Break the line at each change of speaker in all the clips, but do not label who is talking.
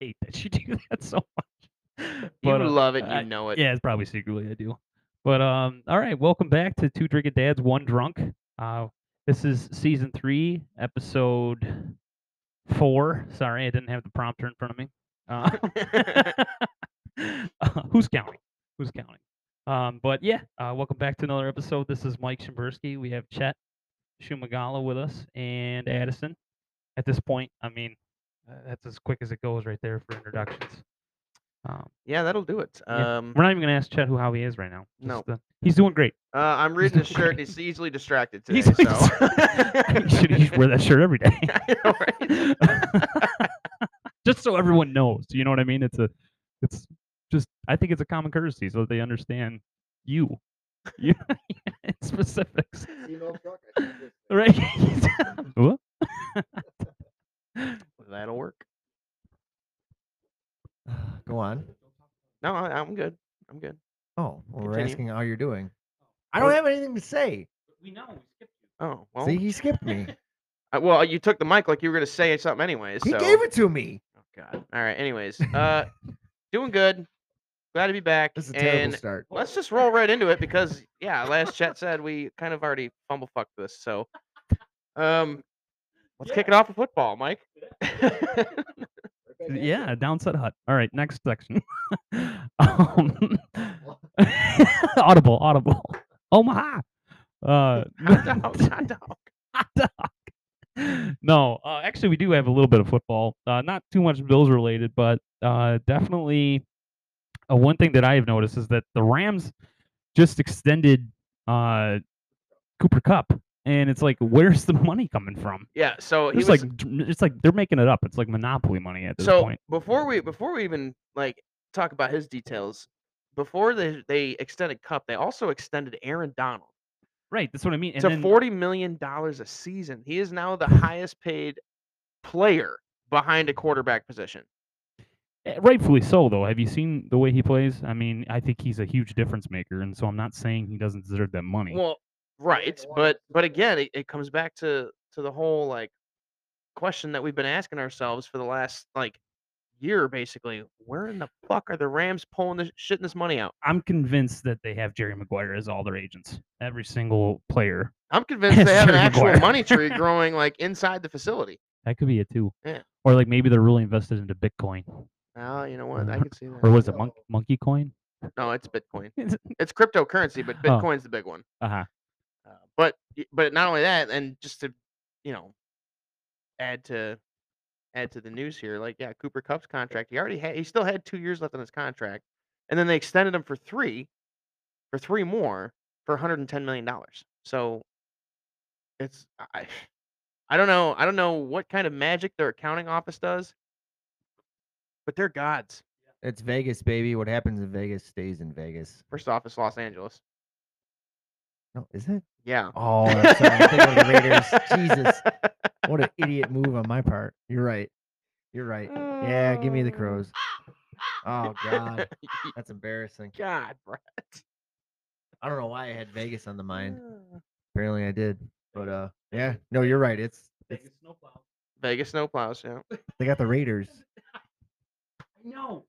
hate that you do that so much.
You
But, uh,
love it.
I-
You know it.
yeah, it's probably secretly I do. But um, all right, welcome back to Two Drinking Dads, One Drunk. Uh, this is season three, episode four. Sorry, I didn't have the prompter in front of me. Uh, uh, who's counting? Who's counting? Um, but yeah, uh, welcome back to another episode. This is Mike Shimbersky. We have Chet Shumagala with us and Addison. At this point, I mean, uh, that's as quick as it goes right there for introductions. Um,
Yeah, that'll do it.
Yeah.
Um,
we're not even gonna ask Chet who how he is right now.
No.
Just, uh, he's doing great.
uh, I'm reading his
doing
shirt.
great.
He's easily distracted today.
He's
so.
he should, he should wear that shirt every day,
I know, right?
just so everyone knows. You know what I mean? It's a, it's just I think it's a common courtesy so that they understand you, you in specifics, right? What?
That'll work.
Go on.
No, I- I'm good. I'm good.
Oh, well, we're
Continue.
asking how you're doing. I don't have anything to say.
we know. We skipped
Oh well.
See, he skipped me.
I- well, you took the mic like you were gonna say something anyways.
He
so.
gave it to me.
Oh God. All right. Anyways, uh, doing good. Glad to be back.
This is a terrible
and
start.
let's just roll right into it because yeah, last chat said we kind of already fumble fucked this. So, um, let's kick it off with football, Mike.
Yeah, downset hut. All right, next section. um, audible, audible. Omaha. Uh,
hot dog, hot dog.
no, uh, actually, we do have a little bit of football. Uh, not too much Bills related, but uh, definitely uh, one thing that I have noticed is that the Rams just extended uh, Cooper Cup, and it's like, where's the money coming from?
Yeah. So he
It's
was
like it's like they're making it up. It's like monopoly money at this
so
point.
before we before we even like talk about his details, before they they extended Cup, they also extended Aaron Donald
Right, that's what I mean. And
to
then-
forty million dollars a season. He is now the highest paid player behind a quarterback position.
Eh, Rightfully so, though. Have you seen the way he plays? I mean, I think he's a huge difference maker, and so I'm not saying he doesn't deserve that money.
Well, right, but but again, it, it comes back to to the whole like question that we've been asking ourselves for the last like year, basically. Where in the fuck are the Rams pulling this shitting this money out?
I'm convinced that they have Jerry Maguire as all their agents. Every single player.
I'm convinced they have an
Jerry
actual
Maguire.
money tree growing like inside the facility.
That could be it too.
Yeah.
Or like maybe they're really invested into Bitcoin,
Oh, you know what? I
Mhm.
could see that.
or was it monk, monkey coin?
No, it's Bitcoin.
Is it-
It's cryptocurrency, but
Oh.
Bitcoin's the big one.
Uh huh.
Uh, but y- but not only that, and just to you know add to add to the news here, like yeah, Cooper Cup's contract. He already had he still had two years left on his contract, and then they extended him for three, for three more for 110 million dollars. So it's I I don't know I don't know what kind of magic their accounting office does, but they're gods.
It's Vegas, baby. What happens in Vegas stays in Vegas.
First off, it's Los Angeles.
No, is it?
Yeah.
Oh, I'm sorry. I'm thinking of the Raiders. Jesus, what an idiot move on my part. You're right. You're right. Yeah, give me the
Oh.
crows. Oh God, that's embarrassing.
God, Brett.
I don't know why I had Vegas on the mind.
Uh,
Apparently, I did. But uh, yeah, no, you're right. It's, it's
Vegas snowplows, yeah.
they got the Raiders.
No.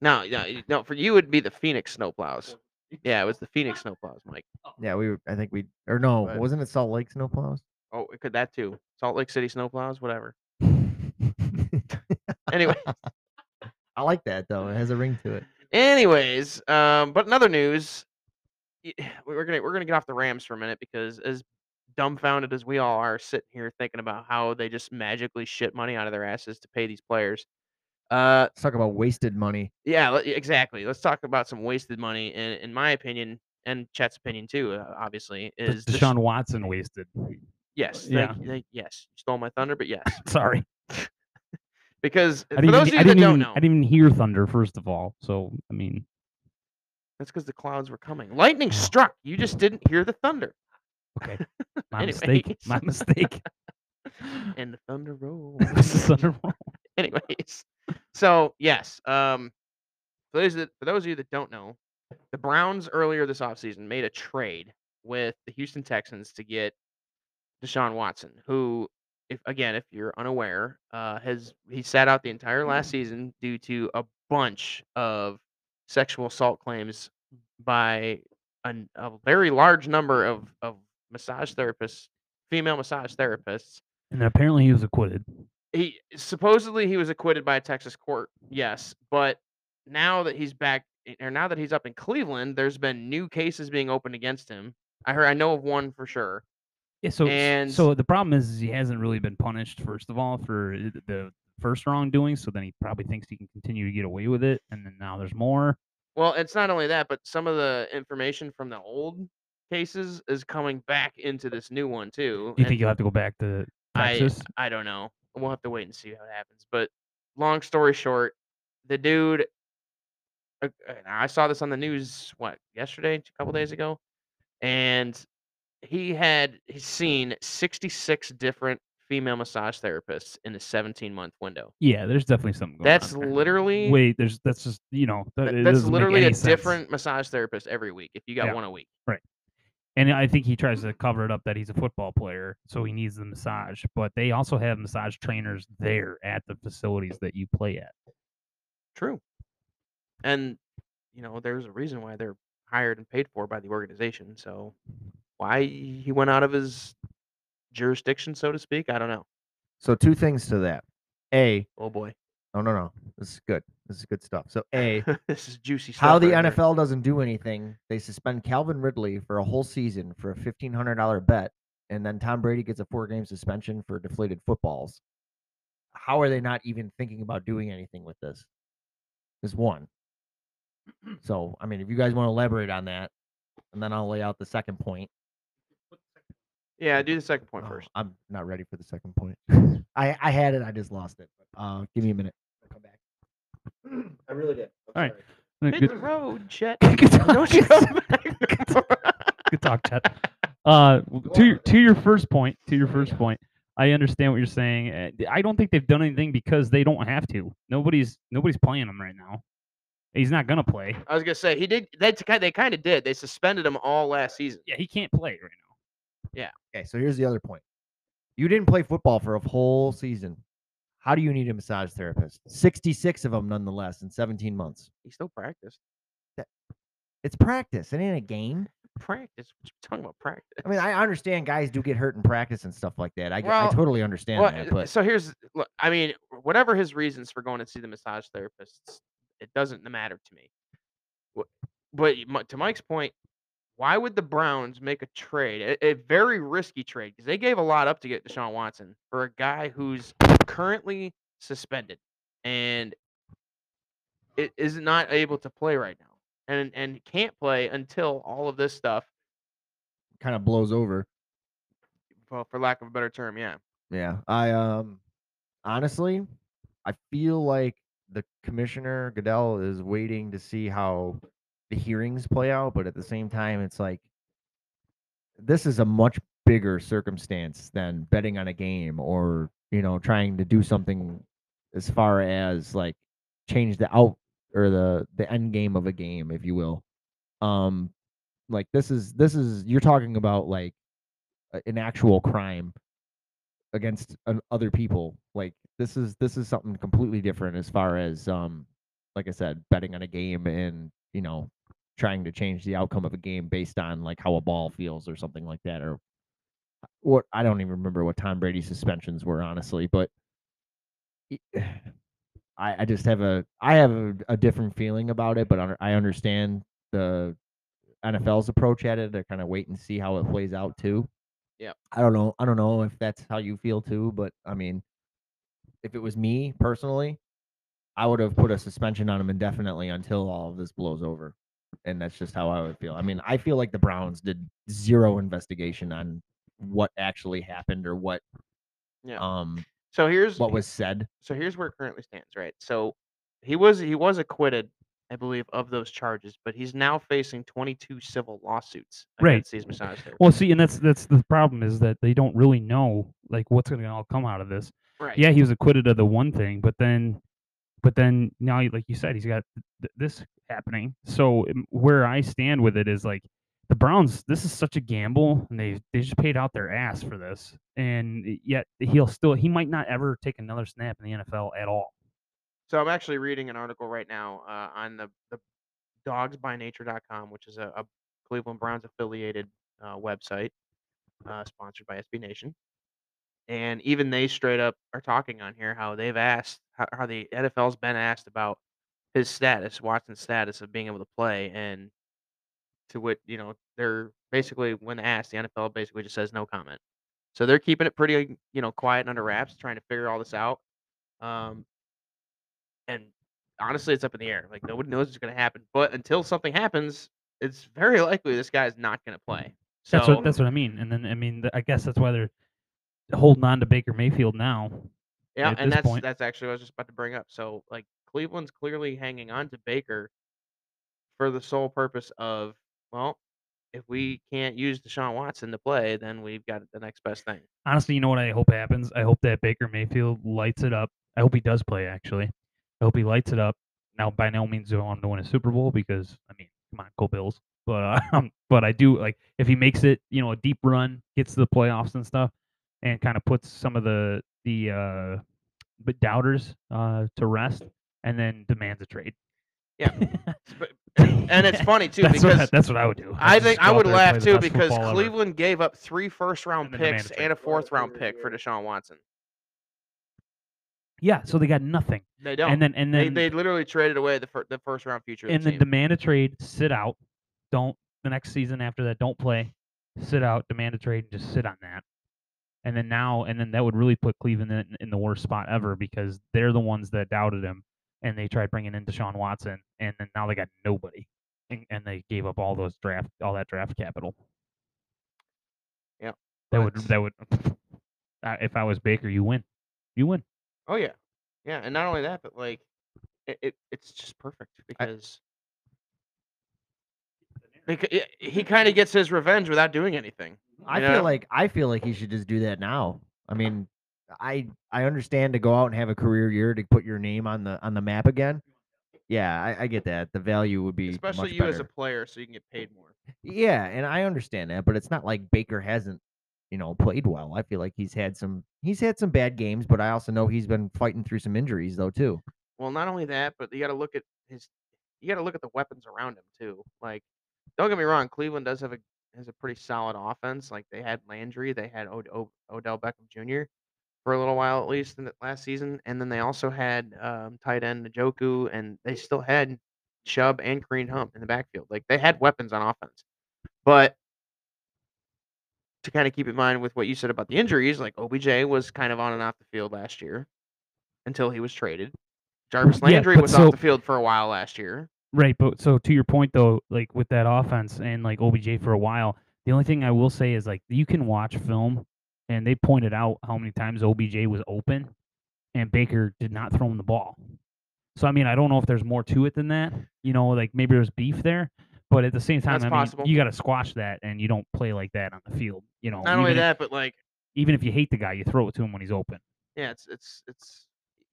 No, no, y- no. For you, it'd be the Phoenix snowplows. Yeah, it was the Phoenix snowplows, Mike.
Yeah, we. were- I think we. Or no,
But-
wasn't it Salt Lake snowplows?
Oh, it could that too? Salt Lake City snowplows, whatever. Anyway,
I like that though. It has a ring to it.
anyways, um, but in other news, y- we're gonna we're gonna get off the Rams for a minute because as dumbfounded as we all are sitting here thinking about how they just magically shit money out of their asses to pay these players, uh,
Let's talk about wasted money.
Yeah, le- exactly. Let's talk about some wasted money. And in my opinion, and Chet's opinion too, uh, obviously, is the sh-
Deshaun Watson wasted.
Yes,
yeah.
thank- thank- yes, you stole my thunder, but yes,
Sorry.
because
I
for
didn't
those
even,
of
I
you that
didn't
don't
even-
know,
I didn't even hear thunder first of all. So I mean,
that's because the clouds were coming. Lightning struck. You just didn't hear the thunder,
okay, my mistake. My mistake.
and the thunder rolled.
This is thunder.
Anyways, so yes, um, for those that, for those of you that don't know, the Browns earlier this offseason made a trade with the Houston Texans to get Deshaun Watson, who if again, if you're unaware, uh, has he sat out the entire last season due to a bunch of sexual assault claims by an, a very large number of of massage therapists, female massage therapists.
And apparently he was acquitted.
He supposedly he was acquitted by a Texas court, yes, but now that he's back, eh, or now that he's up in Cleveland, there's been new cases being opened against him. I heard, I know of one for sure.
Yeah, so
And-
so the problem is he hasn't really been punished first of all for i- the first wrongdoing, so then he probably thinks he can continue to get away with it, and then now there's more.
Well, it's not only that, but some of the information from the old cases is coming back into this new one too.
Do you
and
think he'll have to go back to
I-
Texas?
I don't know. We'll have to wait and see how it happens. But long story short, the dude. uh, uh, I saw this on the news what yesterday, a couple days ago, and he had he's seen sixty six different female massage therapists in a seventeen month window.
yeah, there's definitely something going
That's
on. there.
literally
Oh Wait, there's that's just you know that,
that-
it
that's
doesn't make
literally a
any sense.
different massage therapist every week. If you got
Yeah.
one a week.
And I think he tries to cover it up that he's a football player, so he needs the massage. But they also have massage trainers there at the facilities that you play at.
True. And you know, there's a reason why they're hired and paid for by the organization. So why he went out of his jurisdiction, so to speak, I don't know.
So two things to that. A,
Oh boy,
oh no no, this is good. This is good stuff. So A,
this is juicy stuff.
how the
right here.
NFL doesn't do anything. They suspend Calvin Ridley for a whole season for a fifteen hundred dollar bet, and then Tom Brady gets a four game suspension for deflated footballs. How are they not even thinking about doing anything with this? Is one. So I mean, if you guys want to elaborate on that, and then I'll lay out the second point.
Yeah, do the second point
Oh,
first.
I'm not ready for the second point. I I had it. I just lost it. Uh, give me a minute. I'll come back. I really did. I'm
All right.
sorry.
Good,
Hit the road, Chet.
good talk,
Don't you
Chet.
come back.
Good talk, Chet. Uh, w-
Go
to
on.
your, to your first point, to your first point, I understand what you're saying. Uh, th- I don't think they've done anything because they don't have to. Nobody's nobody's playing him right now. He's not gonna play.
I was gonna say he did. They t- they kind of did. They suspended him all last season.
Yeah, he can't play right now.
Okay, so here's the other point. You didn't play football for a whole season. How do you need a massage therapist? 66 of them, nonetheless, in 17 months.
He still practiced.
It's practice. It ain't a game.
Practice. What you talking about practice?
I mean, I understand guys do get hurt in practice and stuff like that. I, g- I
Well,
totally understand
Well,
that.
uh,
But
so here's, look, I mean, whatever his reasons for going to see the massage therapists, it doesn't matter to me. Wh- But y- mi- to Mike's point, why would the Browns make a trade, a, a very risky trade, because they gave a lot up to get Deshaun Watson for a guy who's currently suspended and i- is not able to play right now, and and can't play until all of this stuff,
kind of blows over.
well, for lack of a better term, yeah.
Yeah. I um honestly, I feel like the commissioner Goodell is waiting to see how the hearings play out, but at the same time, it's like this is a much bigger circumstance than betting on a game or you know trying to do something as far as like change the out or the the end game of a game, if you will. Um, like this is this is you're talking about like a- an actual crime against an, other people. Like this is this is something completely different as far as um like I said, betting on a game and you know trying to change the outcome of a game based on like how a ball feels or something like that or uh, what I don't even remember what Tom Brady's suspensions were honestly, but y- I, I just have a I have a, a different feeling about it, but I I understand the NFL's approach at it. They're kind of wait and see how it plays out too. I don't know. I don't know if that's how you feel too, but I mean, if it was me personally, I would have put a suspension on him indefinitely until all of this blows over. And that's just how I would feel. I mean, I feel like the Browns did zero investigation on what actually happened or what
Yeah.
um
So here's
what was said.
so here's where it currently stands, right? So he was he was acquitted, I believe, of those charges, but he's now facing 22 civil lawsuits
Right.
against these massage therapists.
Well, see, and that's that's the problem is that they don't really know like what's gonna all come out of this.
right.
Yeah, he was acquitted of the one thing, but then, but then now, like you said, he's got th- this happening. So um, where I stand with it is like the Browns, this is such a gamble, and they they just paid out their ass for this, and y- yet he'll still he might not ever take another snap in the NFL at all.
So I'm actually reading an article right now uh, on the, the dogsbynature.com, which is a, a Cleveland Browns affiliated uh, website uh, sponsored by SB Nation. And even they straight up are talking on here how they've asked, how, how the NFL's been asked about his status, Watson's status of being able to play. And to what, you know, they're basically, when asked, the NFL basically just says no comment. So they're keeping it pretty, you know, quiet and under wraps, trying to figure all this out. Um, and honestly, it's up in the air. Like nobody knows what's going to happen. But until something happens, it's very likely this guy's not going to play. So
That's what that's what I mean. And then I mean, th- I guess that's why they're holding on to Baker Mayfield now.
yeah,
at
and
this
that's
point.
that's actually what I was just about to bring up. So like Cleveland's clearly hanging on to Baker for the sole purpose of well, if we can't use Deshaun Watson to play, then we've got the next best thing.
Honestly, you know what I hope happens? I hope that Baker Mayfield lights it up. I hope he does play. Actually, I hope he lights it up. Now, by no means do I want him to win a Super Bowl because I mean, come on, go Bills. But um, but I do like if he makes it, you know, a deep run, gets to the playoffs and stuff, and kind of puts some of the the uh, but doubters uh, to rest, and then demands a trade.
Yeah, And, and it's funny too
that's what I,
because
that's what I would do.
I
just
think
go
I
out
would
there and play
laugh
the
too
best
because
football ever.
Cleveland gave up three first round
And then demand
picks
a trade.
and a fourth round pick for Deshaun Watson.
Yeah, so they got nothing,
They don't.
and then and
they,
then
they literally traded away the fir- the first round future. Of
and
the
then
team.
demand a trade, sit out, don't the next season after that, don't play, sit out, demand a trade, and just sit on that. And then now, and then that would really put Cleveland in, in the worst spot ever because they're the ones that doubted him, and they tried bringing in Deshaun Watson, and then now they got nobody, and, and they gave up all those draft, all that draft capital.
Yep,
that would
but-
that would. I- If I was Baker, you win, you win.
Oh yeah, yeah, and not only that, but like, it, it it's just perfect because because yeah, he kind of gets his revenge without doing anything.
I
you know?
feel like I feel like he should just do that now. I mean, I I understand to go out and have a career year to put your name on the on the map again. Yeah, I, I get that. The value would be
especially
much
you as a
better.
player, so you can get paid more.
Yeah, and I understand that, but it's not like Baker hasn't, you know, played well. I feel like he's had some he's had some bad games, but I also know he's been fighting through some injuries though too.
Well, not only that, but you got to look at his, you got to look at the weapons around him too. Like, don't get me wrong, Cleveland does have a has a pretty solid offense. Like they had Landry, they had Od- o- Odell Beckham Jr. for a little while at least in the last season, and then they also had um, tight end Njoku, and they still had Chubb and Kareem Hump in the backfield. Like they had weapons on offense, but to kind of keep in mind with what you said about the injuries, like OBJ was kind of on and off the field last year until he was traded. Jarvis
Yeah,
Landry
but
was
so-
off the field for a while last year.
Right, but so to your point though, like with that offense and like OBJ for a while, the only thing I will say is like you can watch film, and they pointed out how many times OBJ was open, and Baker did not throw him the ball. So I mean, I don't know if there's more to it than that. You know, like maybe there's beef there, but at the same time,
That's
I mean,
possible.
you got to squash that, and you don't play like that on the field. You know,
Not only
even if-
that, but like
even if you hate the guy, you throw it to him when he's open.
yeah, it's it's it's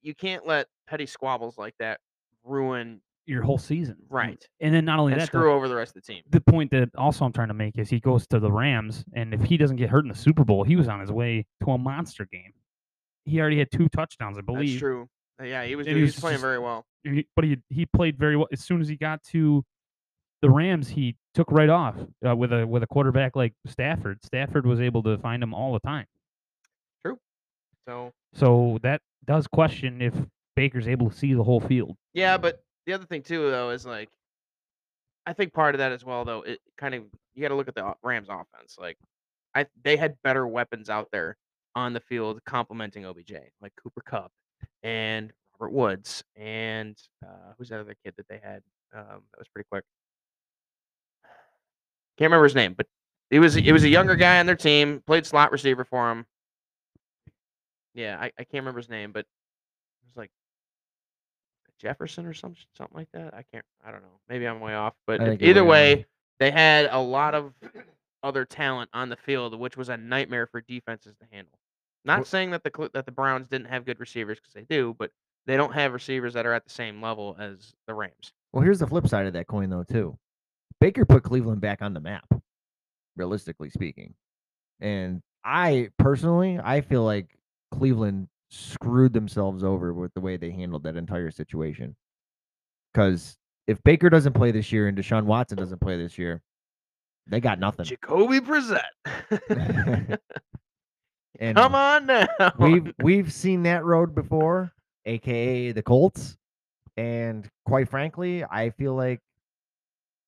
you can't let petty squabbles like that ruin
Your whole season,
right
And then not only
and
that, though,
screw over the rest of the team.
the point that also I'm trying to make is he goes to the Rams, and if he doesn't get hurt in the Super Bowl, he was on his way to a monster game. He already had two touchdowns, I believe.
That's true. Uh, Yeah, he was
And
doing,
he
he
was
was playing
just-
very well.
And he- but he he played very well. As soon as he got to the Rams, he took right off uh, with a with a quarterback like Stafford. Stafford was able to find him all the time.
So
So that does question if Baker's able to see the whole field.
yeah, but the other thing too though is like I think part of that as well though it kind of you got to look at the o- Rams offense. Like I they had better weapons out there on the field complementing OBJ like Cooper Cup and Robert Woods and uh, who's that other kid that they had um, that was pretty quick. Can't remember his name, but it was it was a younger guy on their team played slot receiver for him. Yeah, I, I can't remember his name, but it was like Jefferson or something something like that. I can't I don't know. Maybe I'm way off, but e
I think you're
either
way
way,
on.
they had a lot of other talent on the field, which was a nightmare for defenses to handle. Not
Wh-
saying that the Cle- that the Browns didn't have good receivers because they do, but they don't have receivers that are at the same level as the Rams.
Well, here's the flip side of that coin though too. Baker put Cleveland back on the map. realistically speaking. And I personally, I feel like Cleveland screwed themselves over with the way they handled that entire situation. Because if Baker doesn't play this year and Deshaun Watson doesn't play this year, they got nothing.
Jacoby Brissett.
And
Come on now.
we've we've seen that road before, aka the Colts. And quite frankly, I feel like,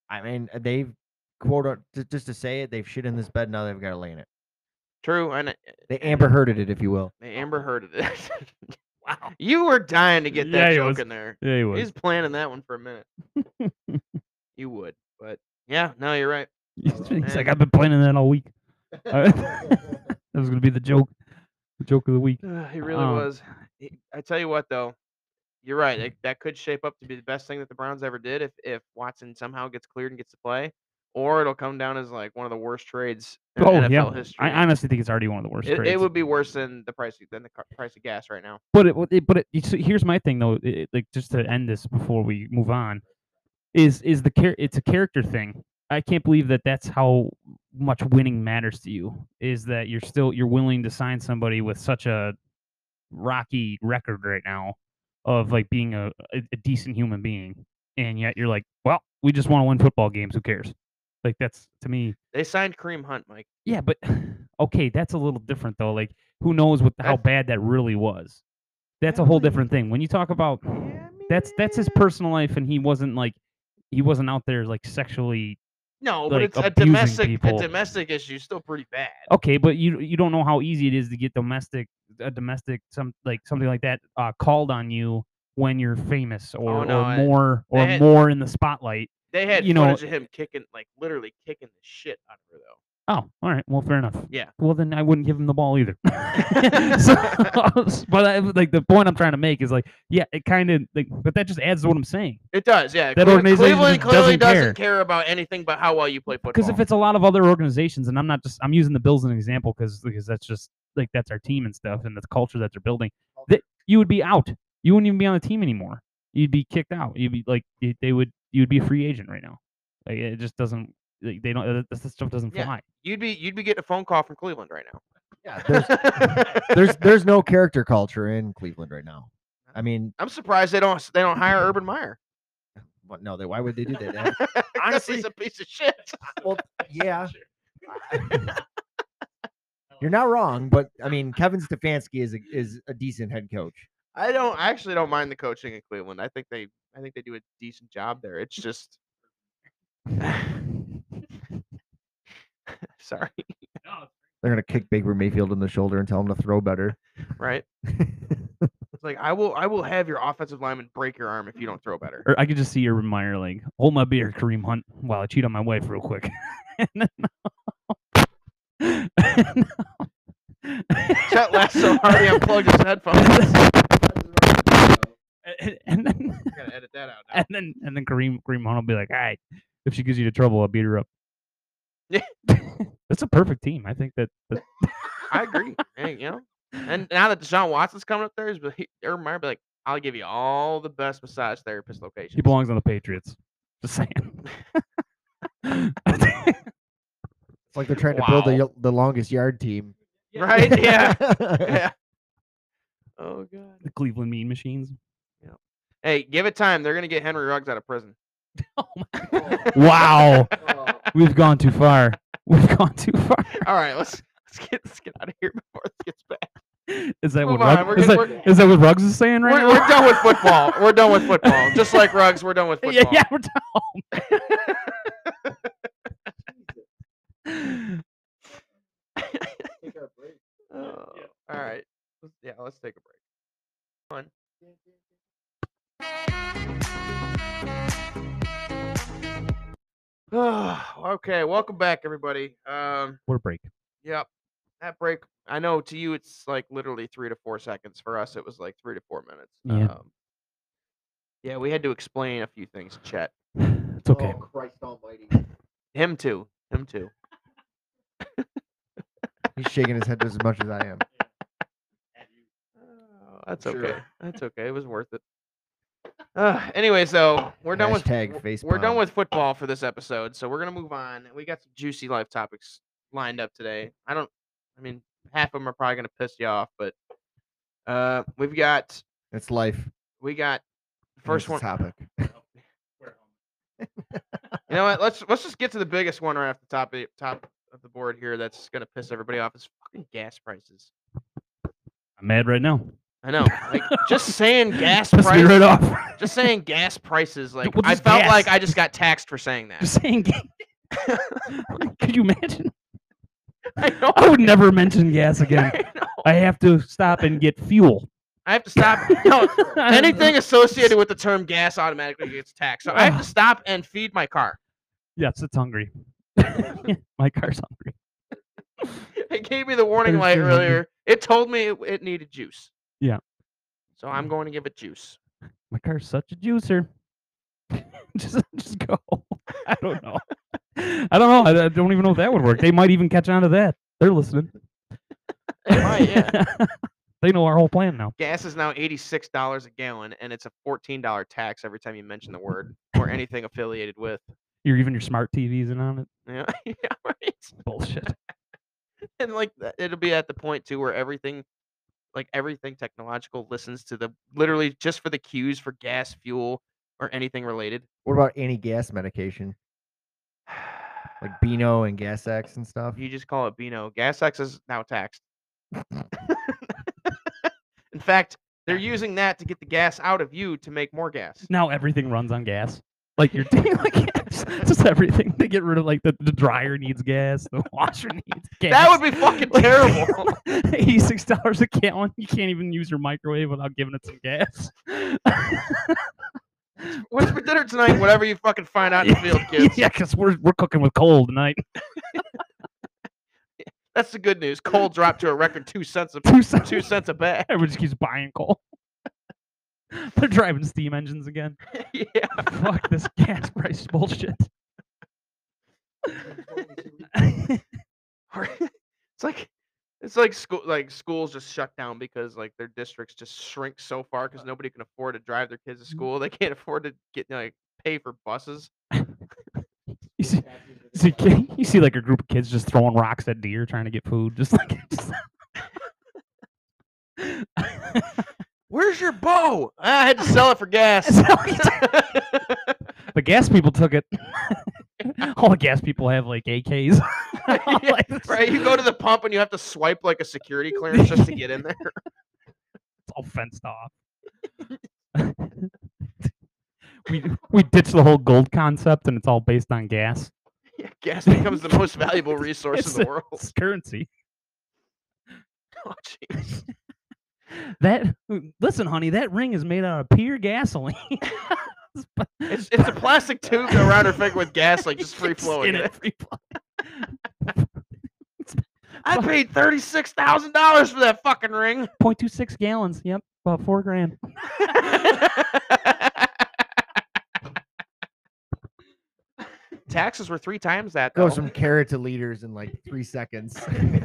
I mean, they've quote un- ju- just to say it, they've shit in this bed. Now they've got to lay in it.
True, and it-
They Amber Hearded it, if you will.
They Amber heard of it. wow. You were dying to get
Yeah,
that
he
joke
was.
in there.
Yeah, he was.
He's planning that one for a minute. you would. But yeah, no, you're right.
He's like,
man.
I've been planning that all week. Uh, that was gonna be the joke, the joke of the week.
he really
Um, Hmm.
was. He- I tell you what though, you're right. It, that could shape up to be the best thing that the Browns ever did if, if Watson somehow gets cleared and gets to play. Or it'll come down as like one of the worst trades in
oh
NFL
yeah,
history.
I honestly think it's already one of the worst.
it,
trades.
it would be worse than the price than the car, price of gas right now.
but it, it but it, you see, here's my thing though it- it, like just to end this before we move on is is the char- it's a character thing i can't believe that that's how much winning matters to you is that you're still you're willing to sign somebody with such a rocky record right now of like being a, a, a decent human being and yet you're like well we just want to win football games who cares like that's to me
They signed Kareem Hunt, Mike.
yeah, but okay, that's a little different though. Like, who knows what how
That's-
bad that really was? That's a whole
Really?
different thing. When you talk about
Yeah, I
that's that's his
mean,
personal life, and he wasn't like he wasn't out there like sexually.
No, but
like,
it's a
abusing
domestic
people.
a domestic issue still pretty bad.
Okay, but you you don't know how easy it is to get domestic a domestic some like something like that uh, called on you when you're famous or,
Oh, no,
or
I-
more or
that-
more in the spotlight.
They had
you know-
footage of him kicking like literally kicking the shit out of her though.
Oh, all right. Well, fair enough.
Yeah.
Well, then I wouldn't give him the ball either. so, but I, like the point I'm trying to make is like, yeah, it kind of like, but that just adds to what I'm saying.
It does, yeah.
That
Cle-
organization
Cleveland
just
clearly
doesn't
doesn't
care.
about anything but how well you play football.
Because if it's a lot of other organizations, and I'm not just I'm using the Bills as an example because because that's just like that's our team and stuff and the culture that they're building, that you would be out. You wouldn't even be on the team anymore. You'd be kicked out. You'd be like y- they would. You'd be a free agent right now. Like it just doesn't. Like, they don't. uh, This this stuff doesn't
Yeah.
fly.
you'd be you'd be getting a phone call from Cleveland right now.
Yeah, there's there's there's no character culture in Cleveland right now. I mean,
I'm surprised they don't they don't hire Urban Meyer.
what, no, they, why would they do that?
'Cause
Honestly-
he's a piece of shit.
well, yeah. You're not wrong, but I mean, Kevin Stefanski is a, is a decent head coach.
I don't I actually don't mind the coaching in Cleveland. I think they I think they do a decent job there. It's just sorry,
They're gonna kick Baker Mayfield in the shoulder and tell him to throw better.
right? It's like I will I will have your offensive lineman break your arm if you don't throw better.
Or I could just see Urban Meyer like, hold my beer, Kareem Hunt, while I cheat on my wife real quick. And then-
Chet Lasso already unplugged his headphones.
And- and then
Gotta edit that out. Now.
and then and then Kareem Kareem Hunt will be like, all right, if she gives you the trouble, I'll beat her up.
Yeah.
That's a perfect team. I think that, that
I agree. Hey, you know, and now that Deshaun Watson's coming up there, he's be- he- Urban Meyer be like, "I'll give you all the best massage therapist locations."
he belongs on the Patriots. Just saying.
It's like they're trying to build the
Wow.
yo- the longest yard team.
right? Yeah. yeah. Oh god.
the Cleveland Mean Machines.
Hey, give it time. They're gonna get Henry Ruggs out of prison.
Oh Wow.
Oh.
We've gone too far. We've gone too far.
all right, let's let's get let's get out of here before this gets bad.
Is that
Move
what
on,
Rugg-
we're
is,
good-
that,
we're-
is that what Ruggs is saying right
We're,
now?
we're done with football. We're done with football. Just like Ruggs, we're done with football.
yeah, yeah, we're done.
Oh, all right. Let's- Yeah, let's take a break. Fun. okay, welcome back, everybody. Um,
We're break.
yep, that break. I know to you it's like literally three to four seconds. For us, it was like three to four minutes.
Yeah.
Um, yeah, we had to explain a few things, Chet.
It's okay.
Oh.
Christ Almighty!
Him too. Him too.
He's shaking his head just as much as I am.
Oh, that's
Sure.
okay. That's okay. It was worth it. Uh, anyway, so we're done with
Hashtag
w-
face
We're done
palm.
with football for this episode, so we're gonna move on. We got some juicy life topics lined up today. I don't. I mean, half of them are probably gonna piss you off, but uh, we've got
It's life. and
we got the
it's
first
the
one.
topic.
You know what? Let's let's just get to the biggest one right off the top of the top of the board here. That's gonna piss everybody off. Is fucking gas prices.
I'm mad right now.
I know. Like just saying gas
Piss me
prices.
right off.
Just saying gas prices. Like
well,
I
just
felt like
gas.
I just got taxed for saying that.
Just saying. ga- Could you imagine?
I know.
I would never mention gas again.
I know.
I have to stop and get fuel.
I have to stop. No, anything associated with the term gas automatically gets taxed. So I have
Ugh.
to stop and feed my car.
Yes, it's hungry. My car's hungry.
It gave me the warning
Better
light
feed my car.
earlier. It told me it, it needed juice.
Yeah.
So I'm going to give it juice.
My car's such a juicer. just, just go. I don't know. I don't know. I, I don't even know if that would work. They might even catch on to that. They're listening.
It might, yeah.
they know our whole plan now.
Gas is now eighty-six dollars a gallon, and it's a fourteen dollar tax every time you mention the word or anything affiliated with.
You're even your smart TVs and on it.
Yeah, yeah, right.
Bullshit.
And like th- it'll be at the point too where everything, like everything technological, listens to the literally just for the cues for gas, fuel, or anything related.
What about any gas medication? Like Beano and Gas X and stuff?
You just call it Beano. Gas X is now taxed. In fact, they're using that to get the gas out of you to make more gas.
Now everything runs on gas. Like your t- like yes, just everything. They get rid of like the, the dryer needs gas, the washer needs gas.
That would be fucking
Like,
terrible.
Eighty-six dollars a gallon. You can't even use your microwave without giving it some gas.
What's for dinner tonight? Whatever you fucking find out in the field, kids.
yeah, because we're we're cooking with coal tonight.
That's the good news. Coal dropped to a record two cents a
Two cents.
two cents a bag.
Everyone just keeps buying coal. They're driving steam engines again.
yeah.
Fuck this gas price bullshit.
Or- it's like it's like school like schools just shut down because like their districts just shrink so far because nobody can afford to drive their kids to school. They can't afford to get like pay for buses.
You see, see, ki- you see, like a group of kids just throwing rocks at deer trying to get food, just like. just-
Where's your bow? I had to sell it for gas.
the gas people took it. All the gas people have like AKs. Like, it's-
right, you go to the pump and you have to swipe like a security clearance just to get in there.
it's all fenced off. we we ditched the whole gold concept, and it's all based on gas.
Yeah, gas becomes the most valuable resource
It's
in the
a-
world.
It's currency.
Oh, jeez.
That listen, honey, that ring is made out of pure gasoline. It's bu-
It's, it's a plastic tube around her finger with gas, like just free
It's
flowing.
in
in
it,
it.
free flowing.
I paid thirty six thousand dollars for that fucking ring.
0.26 gallons. Yep, about four grand.
Taxes were three times that. Though.
Goes from carrot to liters in like three seconds.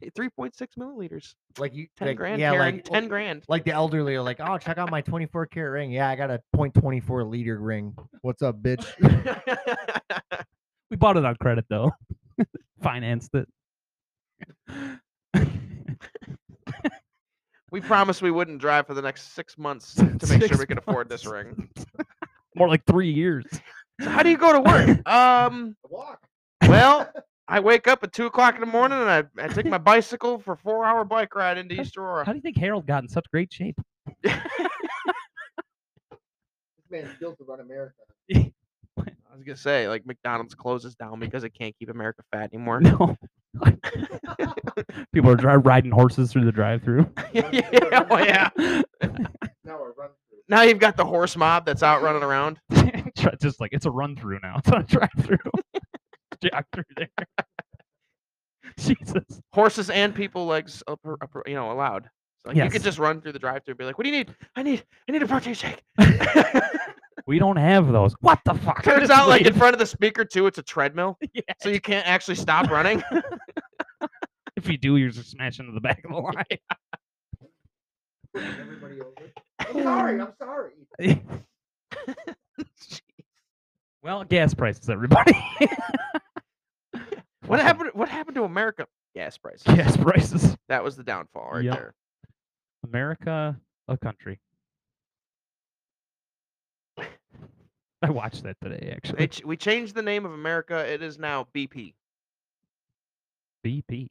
Eh, three point six milliliters.
like you
Ten
like,
grand.
Yeah,
Karen,
like
ten grand.
like the elderly are like, oh, check out my 24 karat ring. Yeah, I got a 0.24 liter ring. What's up, bitch?
We bought it on credit though. Financed it.
we promised we wouldn't drive for the next six months to make sure
Six
we could afford this
months.
ring.
More like three years.
So how do you go to work? Um,
Walk.
well, I wake up at two o'clock in the morning and I, I take my bicycle for four hour bike ride into East
How
Aurora.
do you think Harold got in such great shape?
This man's built to run America.
I was gonna say like McDonald's closes down because it can't keep America fat anymore.
No. People are dri- riding horses through the drive-through.
yeah, oh, yeah.
Now I run through.
Now you've got the horse mob that's out running around.
Try- just like it's a run through now. It's not a drive through. Jog through there. Jesus.
Horses and people legs, up, up, you know, allowed. So, like, You
Yes.
could just run through the drive-through and be like, "What do you need? I need, I need a protein shake."
We don't have those. What the fuck?
Turns
Just
out, like in
wave.
front of the speaker too, it's a treadmill,
Yeah,
so you can't actually stop running.
if you do, you're just smashing into the back of the line.
everybody over. I'm sorry. I'm sorry.
well, gas prices, everybody.
What
Fucking
happened? What happened to America? Gas prices.
Gas prices.
That was the downfall right
Yep.
there.
America, a country. I watched that today,
They
actually.
ch- we changed the name of America. It is now BP,
BP.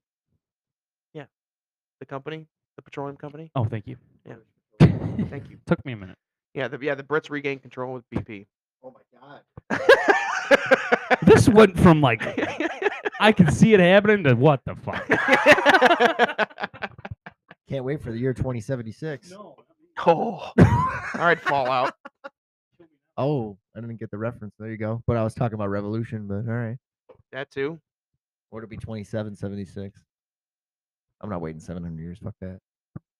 the company, the petroleum company.
Oh, thank you.
Yeah.
Thank
Thank you.
Took me a minute.
Yeah, the yeah the Brits regained control with BP.
Oh my god.
This went from like I can see it happening to what the fuck?
Can't wait for the year 2076.
oh, all right, Fallout.
Oh, I didn't get the reference. There you go. But I was talking about Revolution, but all right.
That too.
Or it'll be 2776. I'm not waiting 700 years. Fuck that.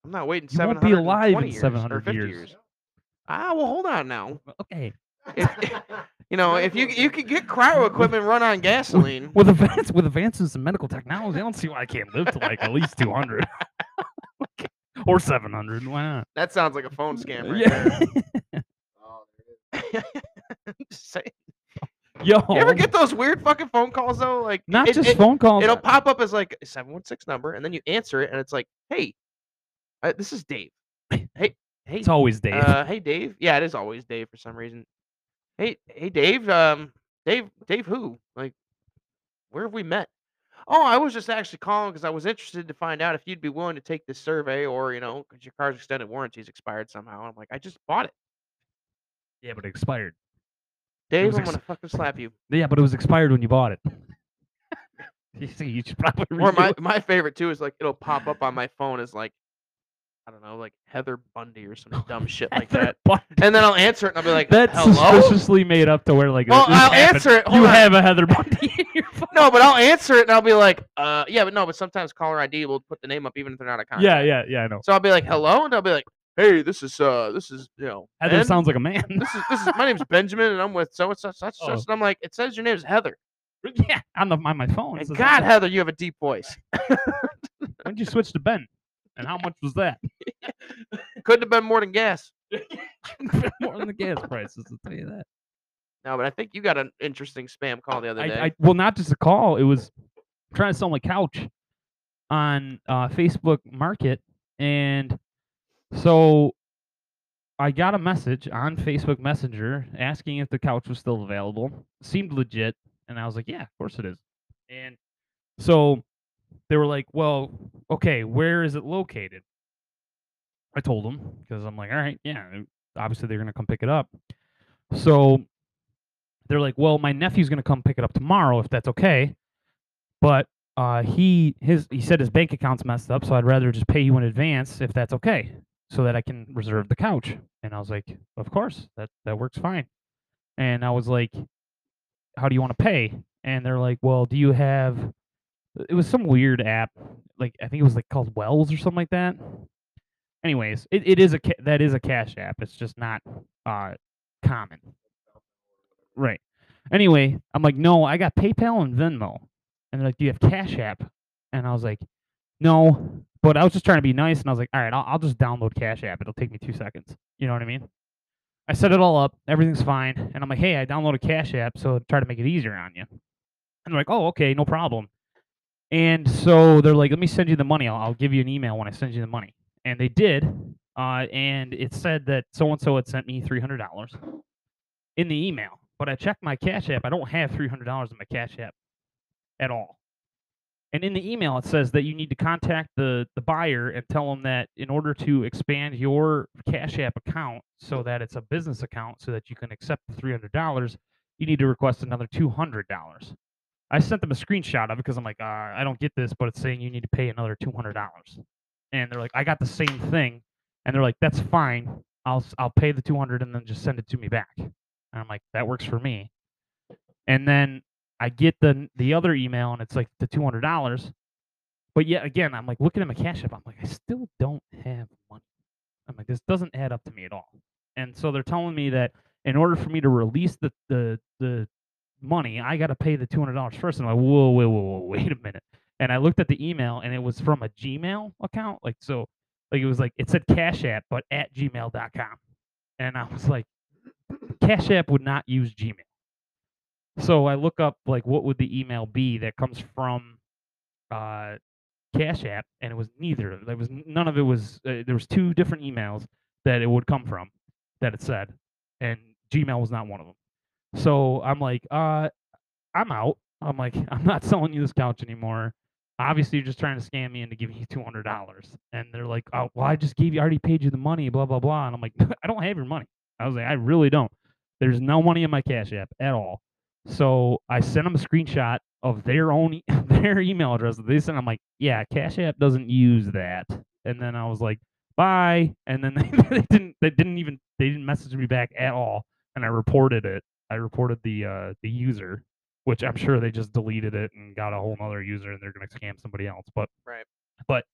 I'm not waiting.
You won't be alive
720
in
years,
700
or 50
years.
years. Ah, well, hold on now.
Okay.
If- You know, if you you could get cryo equipment run on gasoline,
With advance with advances in medical technology, I don't see why I can't live to like at least two hundred. or seven hundred. Why not?
that sounds like a phone scam right
yeah.
Oh, there it is.
there. Just saying.
Yo.
You ever get those weird fucking phone calls though? Like
Oh. not
it-
just
it-
phone calls.
It'll pop up as like a 716 number, and then you answer it, and it's like, hey, uh, this is Dave. Hey, hey,
It's always Dave.
Uh, hey, Dave. Yeah, it is always Dave for some reason. Hey, hey, Dave. Um, Dave, Dave, who? Like, where have we met? Oh, I was just actually calling because I was interested to find out if you'd be willing to take this survey, or you know, because your car's extended warranty's expired somehow. I'm like, I just bought it,
yeah, but it expired.
Dave.
was
I'm
ex-
gonna fucking slap you.
Yeah, but it was expired when you bought it. you see, you should probably
Or
redo
my
it.
my favorite too is like it'll pop up on my phone as like, I don't know, like Heather Bundy or some dumb shit like
Heather
that.
Bundy.
And then I'll answer it and I'll be like,
That's
hello?
suspiciously made up to where like
Well,
this
I'll
happened.
answer it. Hold
You
on.
have a Heather Bundy in your phone.
No, but I'll answer it and I'll be like, uh, yeah, but no, but sometimes caller ID will put the name up even if they're not a contact.
Yeah, yeah, yeah. I know.
So I'll be like, hello, and I'll be like, hey, this is uh, this is you know,
Heather
Ben.
sounds like a man.
this is this is my name's Benjamin and I'm with so and such such such,
Oh.
and I'm like, it says your name's Heather.
yeah, on the on my phone. it
And
says,
God, Heather, you have a deep voice.
When did you switch to Ben? And how much was that?
Couldn't have been more than gas.
More than the gas prices, I'll tell you that.
No, but I think you got an interesting spam call the other day.
I, I well, not just a call. It was trying to sell my couch on uh, Facebook Market, and so I got a message on Facebook Messenger asking if the couch was still available. Seemed legit, and I was like, "Yeah, of course it is." And so they were like, "Well, okay, where is it located?" I told them because I'm like, "All right, yeah, obviously they're gonna come pick it up." So they're like, "Well, my nephew's gonna come pick it up tomorrow if that's okay." But uh, he his he said his bank account's messed up, so I'd rather just pay you in advance if that's okay, so that I can reserve the couch. And I was like, "Of course, that that works fine." And I was like, "How do you want to pay?" And they're like, "Well, do you have?" It was some weird app, like I think it was like called Wells or something like that. Anyways, it, it is a ca- that is a cash app. It's just not uh, common. Right. Anyway, I'm like, no, I got PayPal and Venmo. And they're like, do you have Cash App? And I was like, no. But I was just trying to be nice. And I was like, all right, I'll, I'll just download Cash App. It'll take me two seconds. You know what I mean? I set it all up. Everything's fine. And I'm like, hey, I downloaded Cash App. So try to make it easier on you. And they're like, oh, okay, no problem. And so they're like, let me send you the money. I'll, I'll give you an email when I send you the money. And they did. Uh, and it said that so and so had sent me $300 in the email, but I checked my Cash App. I don't have $300 in my Cash App at all. And in the email, it says that you need to contact the, the buyer and tell them that in order to expand your Cash App account so that it's a business account so that you can accept the $300, you need to request another $200. I sent them a screenshot of it because I'm like, uh, I don't get this, but it's saying you need to pay another $200. And they're like, I got the same thing. And they're like, that's fine. I'll, s- I'll pay the 200 and then just send it to me back. And I'm like, that works for me. And then I get the the other email and it's like the two hundred dollars. But yet again, I'm like looking at my cash app. I'm like, I still don't have money. I'm like, this doesn't add up to me at all. And so they're telling me that in order for me to release the the the money, I got to pay the two hundred dollars first. And I'm like, whoa, whoa, whoa, whoa, wait a minute. And I looked at the email and it was from a Gmail account. Like so, Like it was like it said Cash App, but at gmail.com. And I was like, Cash App would not use Gmail. So I look up like what would the email be that comes from uh, Cash App, and it was neither. There was n- none of it was. Uh, there was two different emails that it would come from that it said, and Gmail was not one of them. So I'm like, uh, I'm out. I'm like, I'm not selling you this couch anymore. Obviously, you're just trying to scam me into giving you two hundred dollars. And they're like, oh, well, I just gave you, I already paid you the money, blah blah blah. And I'm like, I don't have your money. I was like, I really don't. There's no money in my Cash App at all. So I sent them a screenshot of their own e- their email address that they sent. I'm like, yeah, Cash App doesn't use that. And then I was like, bye. And then they, they didn't they didn't even they didn't message me back at all. And I reported it. I reported the uh, the user, which I'm sure they just deleted it and got a whole nother user and they're gonna scam somebody else. But
Right.
But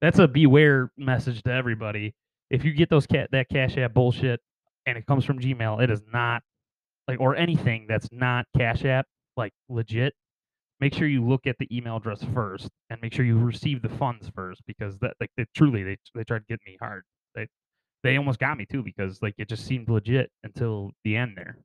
that's a beware message to everybody. If you get those cat that Cash App bullshit and it comes from Gmail, it is not like or anything that's not Cash App, like legit, make sure you look at the email address first and make sure you receive the funds first because that like they truly they they tried to get me hard. They they almost got me too because like it just seemed legit until the end there.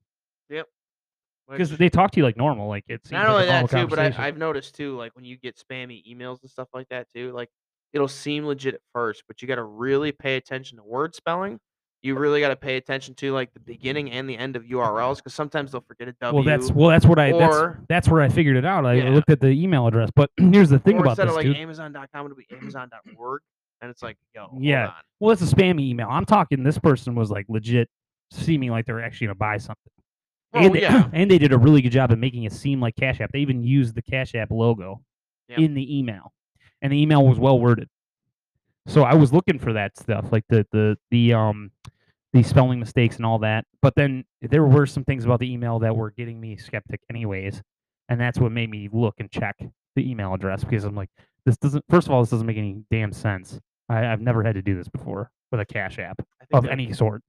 Because
Which-
they talk to you like normal, like it's
Not only that too, but I, I've noticed too, like when you get spammy emails and stuff like that too, like it'll seem legit at first, but you got to really pay attention to word spelling. You really got to pay attention to like the beginning and the end of URLs because sometimes they'll forget a W.
well, that's well, that's what I that's,
or-
that's where I figured it out. I
Yeah.
looked at the email address, but here's the thing
or
about
instead
this,
of like
dude.
Amazon.com, it'll be Amazon.org, and it's like, yo, hold
Yeah.
on.
Well, it's a spammy email. I'm talking. This person was like legit, seeming like they're actually gonna buy something.
Well,
and, they,
Oh, yeah.
and they did a really good job of making it seem like Cash App. They even used the Cash App logo
Yep.
in the email, and the email was well worded. So I was looking for that stuff, like the the the um the spelling mistakes and all that. But then there were some things about the email that were getting me skeptic, anyways, and that's what made me look and check the email address because I'm like, this doesn't. First of all, this doesn't make any damn sense. I, I've never had to do this before with a Cash App
I think
of
that-
any sort.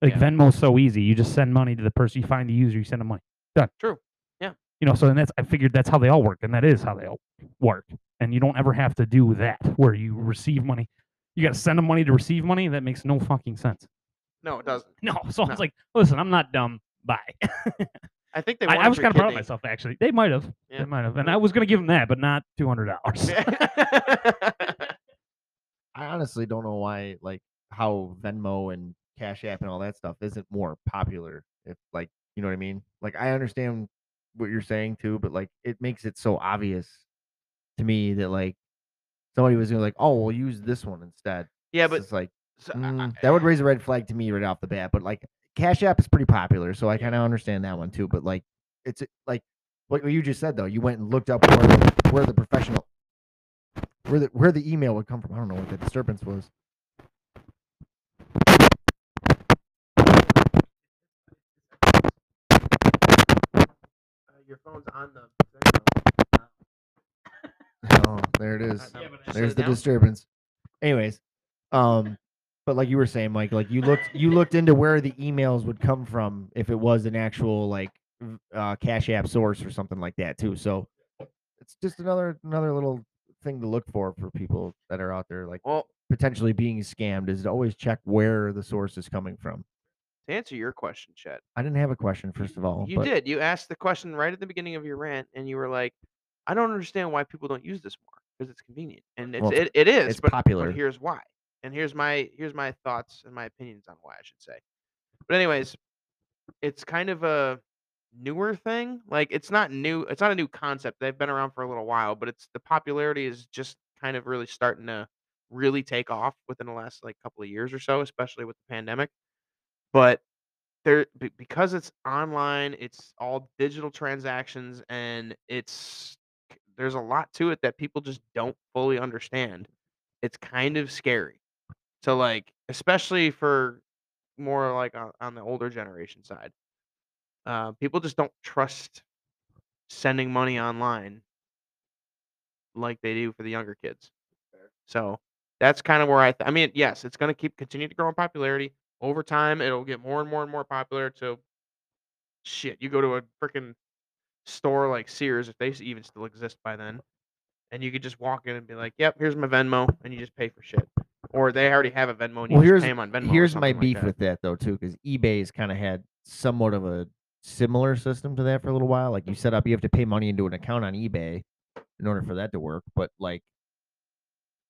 Like
Yeah.
Venmo's so easy. You just send money to the person. You find the user. You send them money. Done.
True. Yeah.
You know. So and that's I figured that's how they all work, and that is how they all work. And you don't ever have to do that where you receive money. You got to send them money to receive money. That makes no fucking sense.
No, it doesn't.
No. So I
No.
was like, listen, I'm not dumb. Bye.
I think they.
I, I
wanted
was
your
kind of
kid
proud of myself actually. They might have.
Yeah.
They might have. And I was gonna give them that, but not two hundred dollars.
to-
I honestly don't know why, like, how Venmo and Cash App and all that stuff isn't more popular. If, like, you know what I mean? Like, I understand what you're saying too, but like, it makes it so obvious to me that like somebody was gonna like, oh, we'll use this one instead.
yeah,
It's
but
just, like
so,
mm,
I-
that would raise a red flag to me right off the bat. But like, Cash App is pretty popular, so I kind of understand that one too. But like, it's like what you just said though. You went and looked up where the, where the professional. Where the, where the email would come from. I don't know what that disturbance was.
uh, your phone's on the.
Oh, there it is.
Yeah, but I- Shut
There's
it
the
down?
disturbance. Anyways, um, but like you were saying, Mike, like you looked you looked into where the emails would come from if it was an actual like v- uh, Cash App source or something like that too. So it's just another another little thing to look for for people that are out there like
Well,
potentially being scammed is to always check where the source is coming from.
to answer your question, Chet.
I didn't have a question first of all.
You
but
did. You asked the question right at the beginning of your rant, and you were like, "I don't understand why people don't use this more because it's convenient and it's
Well,
it, it is,
it's
but, but
popular.
here's why, and here's my here's my thoughts and my opinions on why I should say. But anyways, it's kind of a newer thing. Like it's not new. It's not a new concept. They've been around for a little while, but it's the popularity is just kind of really starting to really take off within the last like couple of years or so, especially with the pandemic. But there be- because it's online, it's all digital transactions, and it's k- there's a lot to it that people just don't fully understand. It's kind of scary. So like, especially for more like on, on the older generation side, uh, people just don't trust sending money online like they do for the younger kids.
Fair.
So that's kind of where I. Th- I mean, yes, it's going to keep continue to grow in popularity over time. It'll get more and more and more popular. So shit, you go to a freaking store like Sears if they s- even still exist by then, and you could just walk in and be like, "Yep, here's my Venmo," and you just pay for shit. or they already have a Venmo. And you
Well,
just
here's-
pay 'em on Venmo. or
Here's my
something like
beef
that.
with that though too, because eBay's kind of had somewhat of a similar system to that for a little while. Like you set up, you have to pay money into an account on eBay in order for that to work. But like,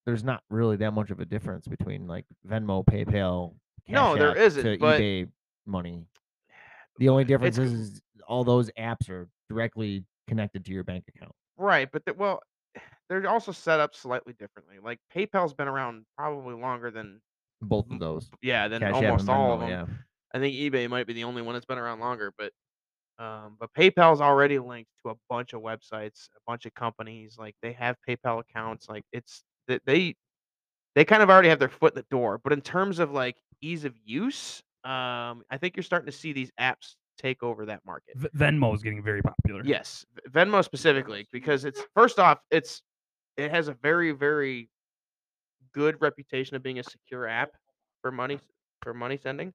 there's not really that much of a difference between like Venmo, PayPal.
No,
Cash
there
App
isn't,
To
but-
eBay money. The only difference
c-
is, is all those apps are directly connected to your bank account.
Right, but the, well, they're also set up slightly differently. Like PayPal's been around probably longer than
Both
M-
of those.
yeah, than
Cash App
almost
and
all of
Venmo,
them.
Yeah.
I think eBay might be the only one that's been around longer, but um, but PayPal's already linked to a bunch of websites, a bunch of companies. Like they have PayPal accounts. Like it's th- they they kind of already have their foot in the door. But in terms of like ease of use, um, I think you're starting to see these apps take over that market.
V- Venmo is getting very popular.
Yes, V- Venmo specifically because it's first off, it's it has a very very good reputation of being a secure app for money for money sending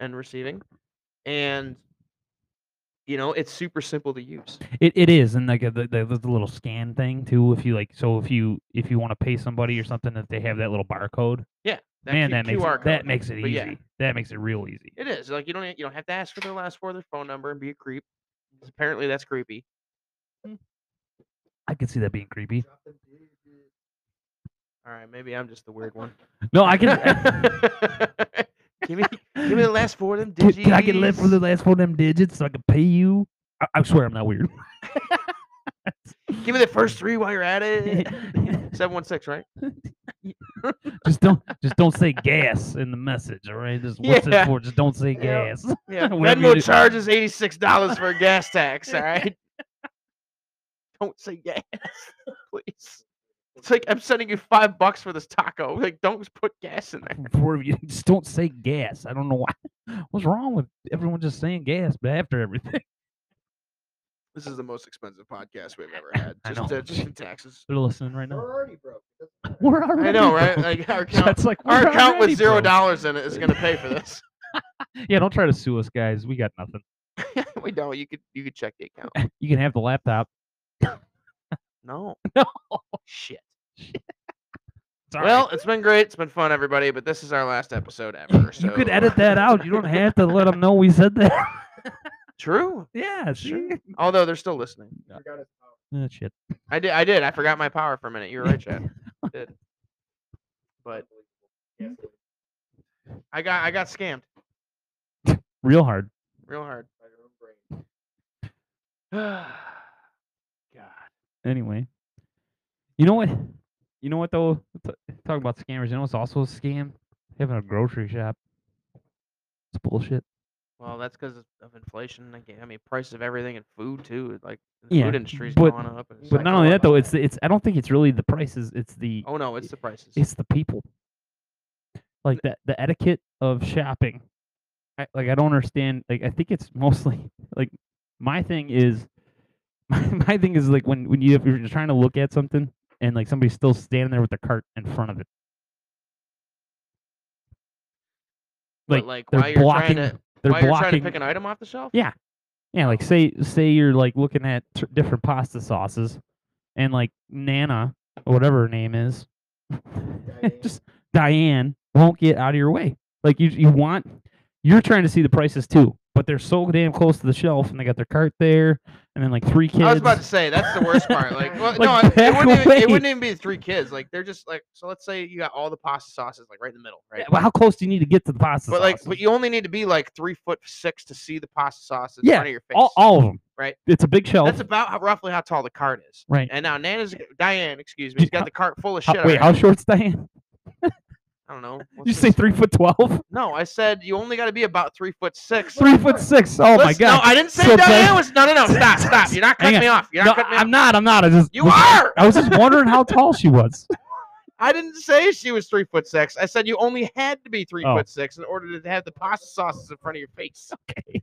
and receiving, and you know it's super simple to use.
It, it is, and like uh, the, the the little scan thing too. If you like, so if you if you want to pay somebody or something, if they have that little barcode, man,
Q-
that makes
QR
it, that
code,
makes it easy.
but yeah.
That makes it real easy.
It is like you don't e, you don't have to ask for their last four of their phone number and be a creep. 'cause Apparently that's creepy.
I can see that being creepy.
Drop them dudes, dude.
All right, maybe I'm just the weird one.
No, I can.
give me give me the last four of them
Dude,
digits.
can I get left for the last four of them digits so I can pay you? I, I swear I'm not weird.
Give me the first three while you're at it. Seven one six, right?
just don't just don't say gas in the message, all right? Just what's
Yeah.
it for? Just don't say
Yep.
gas.
Yeah.
Whatever you do.
Venmo charges eighty six dollars for a gas tax. All right. don't say gas, please. It's like I'm sending you five bucks for this taco. Like, don't put gas in there.
Four of you just don't say gas. I don't know why. What's wrong with everyone just saying gas but after everything?
This is the most expensive podcast we've ever had.
I
Just,
know.
uh, just in taxes.
They're listening right now.
We're already broke. It doesn't
We're
matter.
already
I know, right?
broke.
Like our
So
account,
it's like
our
we're
account with
already
zero
broke.
dollars in it is gonna pay for this.
Yeah, don't try to sue us, guys. We got nothing.
we don't. You could you could check the account.
You can have the laptop.
No.
No.
Shit.
It's all
Well,
right.
it's been great. It's been fun, everybody. But this is our last episode ever. So
you could edit that out. You don't have to let them know we said that.
True.
yeah, sure.
Sure. Although they're still listening.
You forgot his power.
shit.
I did. I did. I forgot my power for a minute. You were right, Chad. I did. But
Unbelievable.
I got I got scammed
Real hard.
real hard.
By your own brain.
God.
anyway, you know what? You know what though? T- talk about scammers. You know what's also a scam? Having a grocery shop. It's bullshit.
Well, that's because of inflation. I, g- I mean, price of everything and food too. Like the
Yeah,
food industry's
but-
going up. and it's
But
like,
not
oh,
only
I
that though,
bought-
it's the- it's. I don't think it's really the prices. It's the
oh no, it's the prices.
it's the people. Like the the etiquette of shopping. I, like I don't understand. Like I think it's mostly like my thing is my, my thing is like when when you if you're trying to look at something and like somebody's still standing there with the cart in front of it. like,
But, like
they're
while you're
blocking-
trying to
They're
while you're trying
blocking.
to pick an item off the shelf.
Yeah. yeah, like say say you're like looking at tr- different pasta sauces, and like Nana or whatever her name is,
Diane.
just Diane won't get out of your way. Like you you want you're trying to see the prices too, but they're so damn close to the shelf, and they got their cart there, and then like three kids.
I was about to say that's the worst part. Like, well,
Like,
no, it- it
back
wouldn't, even,
away.
it wouldn't even be three kids. Like, they're just like. So let's say you got all the pasta sauces like right in the middle, right?
Yeah, well, how close do you need to get to the pasta?
But like,
sauces?
but you only need to be like three foot six to see the pasta sauce in
Yeah,
front of your face.
all, all of them,
right?
It's a big shelf.
That's about how, roughly how tall the cart is.
Right.
And now Nana's Diane, excuse me, she's got the cart full of
How-
shit.
wait,
already.
how short's Diane?
I don't know.
You
what's
say
this?
three foot twelve?
no? I said you only got to be about three foot six.
Three foot six? Oh my
Let's-
god!
No, I didn't say
So
Diane
Di-
was. No, no, no. Stop, stop. You're not
Hang
cutting
on.
me off. You're
No,
not cutting me off.
I'm not. I'm not. I just
You
was-
are!
I was just wondering how tall she was.
I didn't say she was three foot six. I said you only had to be three
Oh.
foot six in order to have the pasta sauces in front of your face. Okay.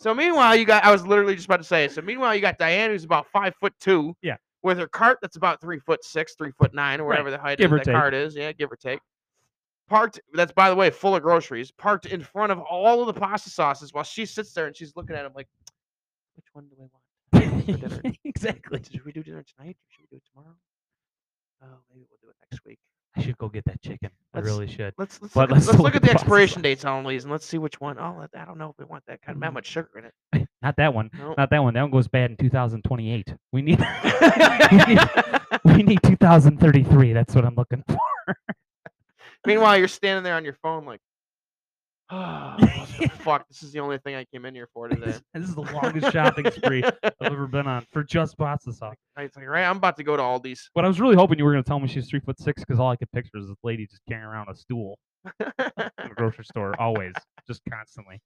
So meanwhile, you got—I was literally just about to say it. So meanwhile, you got Diane, who's about five foot two.
Yeah.
With her cart, that's about three foot six, three foot nine, or whatever the height
Give
of
or
that
take.
cart is. Yeah, give or take. Parked. That's by the way, full of groceries. Parked in front of all of the pasta sauces, while she sits there and she's looking at him like, "Which one do I want?" dinner.
exactly.
Should we do dinner tonight? Should we do it tomorrow? Oh, maybe we'll do it next week.
I should go get that chicken. I
Let's-
really should.
Let's let's,
But
look, at-
let's
let's
look
look
at
at the
the process
expiration
on-
dates on all these and let's see which one. Oh, I don't know if we want that kind of
Mm-hmm.
that much sugar in it.
Not that one.
No.
Not that one. That one goes bad in 2028. We need we need, we need 2033. That's what I'm looking for.
Meanwhile, you're standing there on your phone like, oh, what the fuck, this is the only thing I came in here for today.
This, this is the longest shopping spree I've ever been on for just pasta sauce.
Right, It's like, right, I'm about to go to Aldi's.
But I was really hoping you were going to tell me she's three foot six because all I could picture is this lady just carrying around a stool in the grocery store, always, just constantly.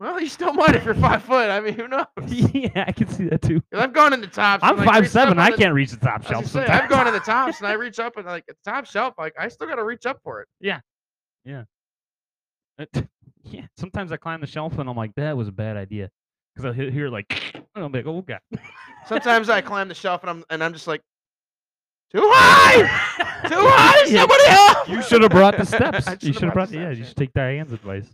well, you still might if you're five foot. I mean, who knows?
yeah, I can see that too.
'Cause I've gone in the tops.
I'm
and, like,
five
reached up
seven.
on
I
the-
can't reach the top
I was
shelf.
gonna say, I've
sometimes.
gone in the tops and I reach up and like at the top shelf, like I still gotta reach up for it.
It- yeah, sometimes I climb the shelf and I'm like, that was a bad idea. Because I'll he- hear like, and I'll be like, oh, God.
Sometimes I climb the shelf and I'm and I'm just like, too high, too high.
Yeah,
Somebody help!
You should have brought the steps.
I
you
shoulda
should have brought the, yeah,
steps,
you should take Diane's advice.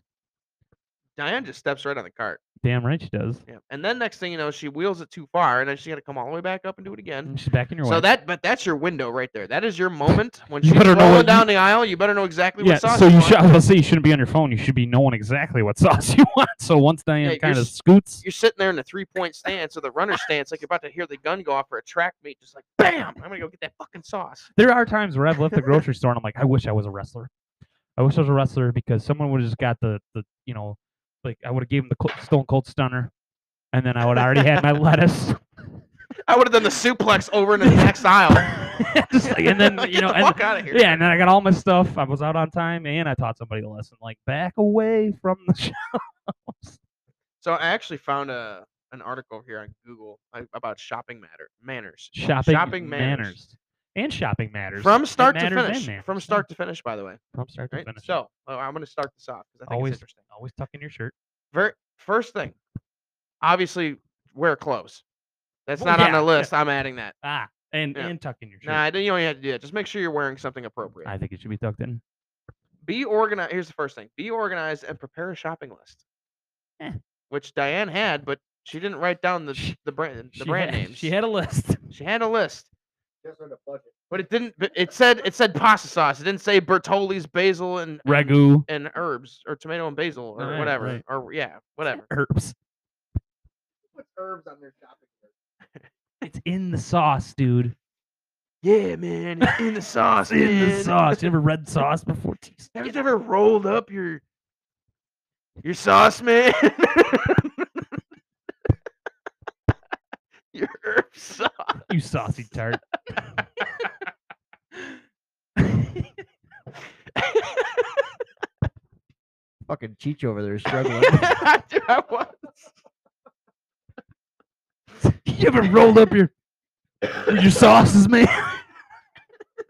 Diane just steps right on the cart.
Damn right she does.
Yeah. And then next thing you know, she wheels it too far, and then she got to come all the way back up and do it again.
And she's back in your way.
So that, but that's your window right there. That is your moment when
You
she's
better know
rolling
what you-
down the aisle. You better know exactly
yeah,
what sauce.
so you
want.
should, I was gonna say you shouldn't be on your phone. You should be knowing exactly what sauce you want. So once Diane
Yeah, you're
kind of
s-
scoots,
You're sitting there in a three-point stance or the runner stance, like you're about to hear the gun go off for a track meet. Just like, bam! I'm gonna go get that fucking sauce.
there are times where I've left the grocery store and I'm like, I wish I was a wrestler. I wish I was a wrestler because someone would have just got the, the you know, like I would have gave him the Col- Stone Cold Stunner, and then I would already had my lettuce.
I would have done the suplex over in the next aisle.
Just like- and then
Get
you know,
the
and,
fuck out of here.
yeah, and then I got all my stuff. I was out on time, and I taught somebody a lesson. Like back away from the shop.
So I actually found a an article here on Google uh, about shopping matter manners.
shopping,
Shopping manners.
and shopping matters
From
It
start to
matters and
finish.
manners,
From
yeah.
start to finish, by the way.
from start to
Right?
finish.
So well, I'm going to start this off because I think
Always-
it's interesting.
always tuck in your shirt.
Ver- first thing, obviously wear clothes. That's
Well,
not on
yeah,
the
yeah.
list. I'm adding that.
Ah, and
Yeah.
and tuck in your shirt.
Nah, I didn't, you don't have to do that. Just make sure you're wearing something appropriate.
I think it should be tucked in.
Be organized. Here's the first thing: be organized and prepare a shopping list,
Eh.
which Diane had, but she didn't write down the sh- the brand the
She
brand
had-
names.
She had a list.
she had a list.
Just on the budget.
But it didn't. But it said it said pasta sauce. It didn't say Bertolli's basil and and-
Ragu
and, herbs or tomato and basil or
Right,
whatever
right.
or yeah whatever.
herbs.
Put herbs on their shopping list.
It's in the sauce, dude.
Yeah, man, it's in the sauce.
It's in the
man.
sauce. You ever read sauce before? Jeez.
Have you ever rolled up your your sauce, man? your herb sauce.
You saucy tart.
Fucking Cheech over there is struggling.
I do. I was.
you ever rolled up your your sauces, man?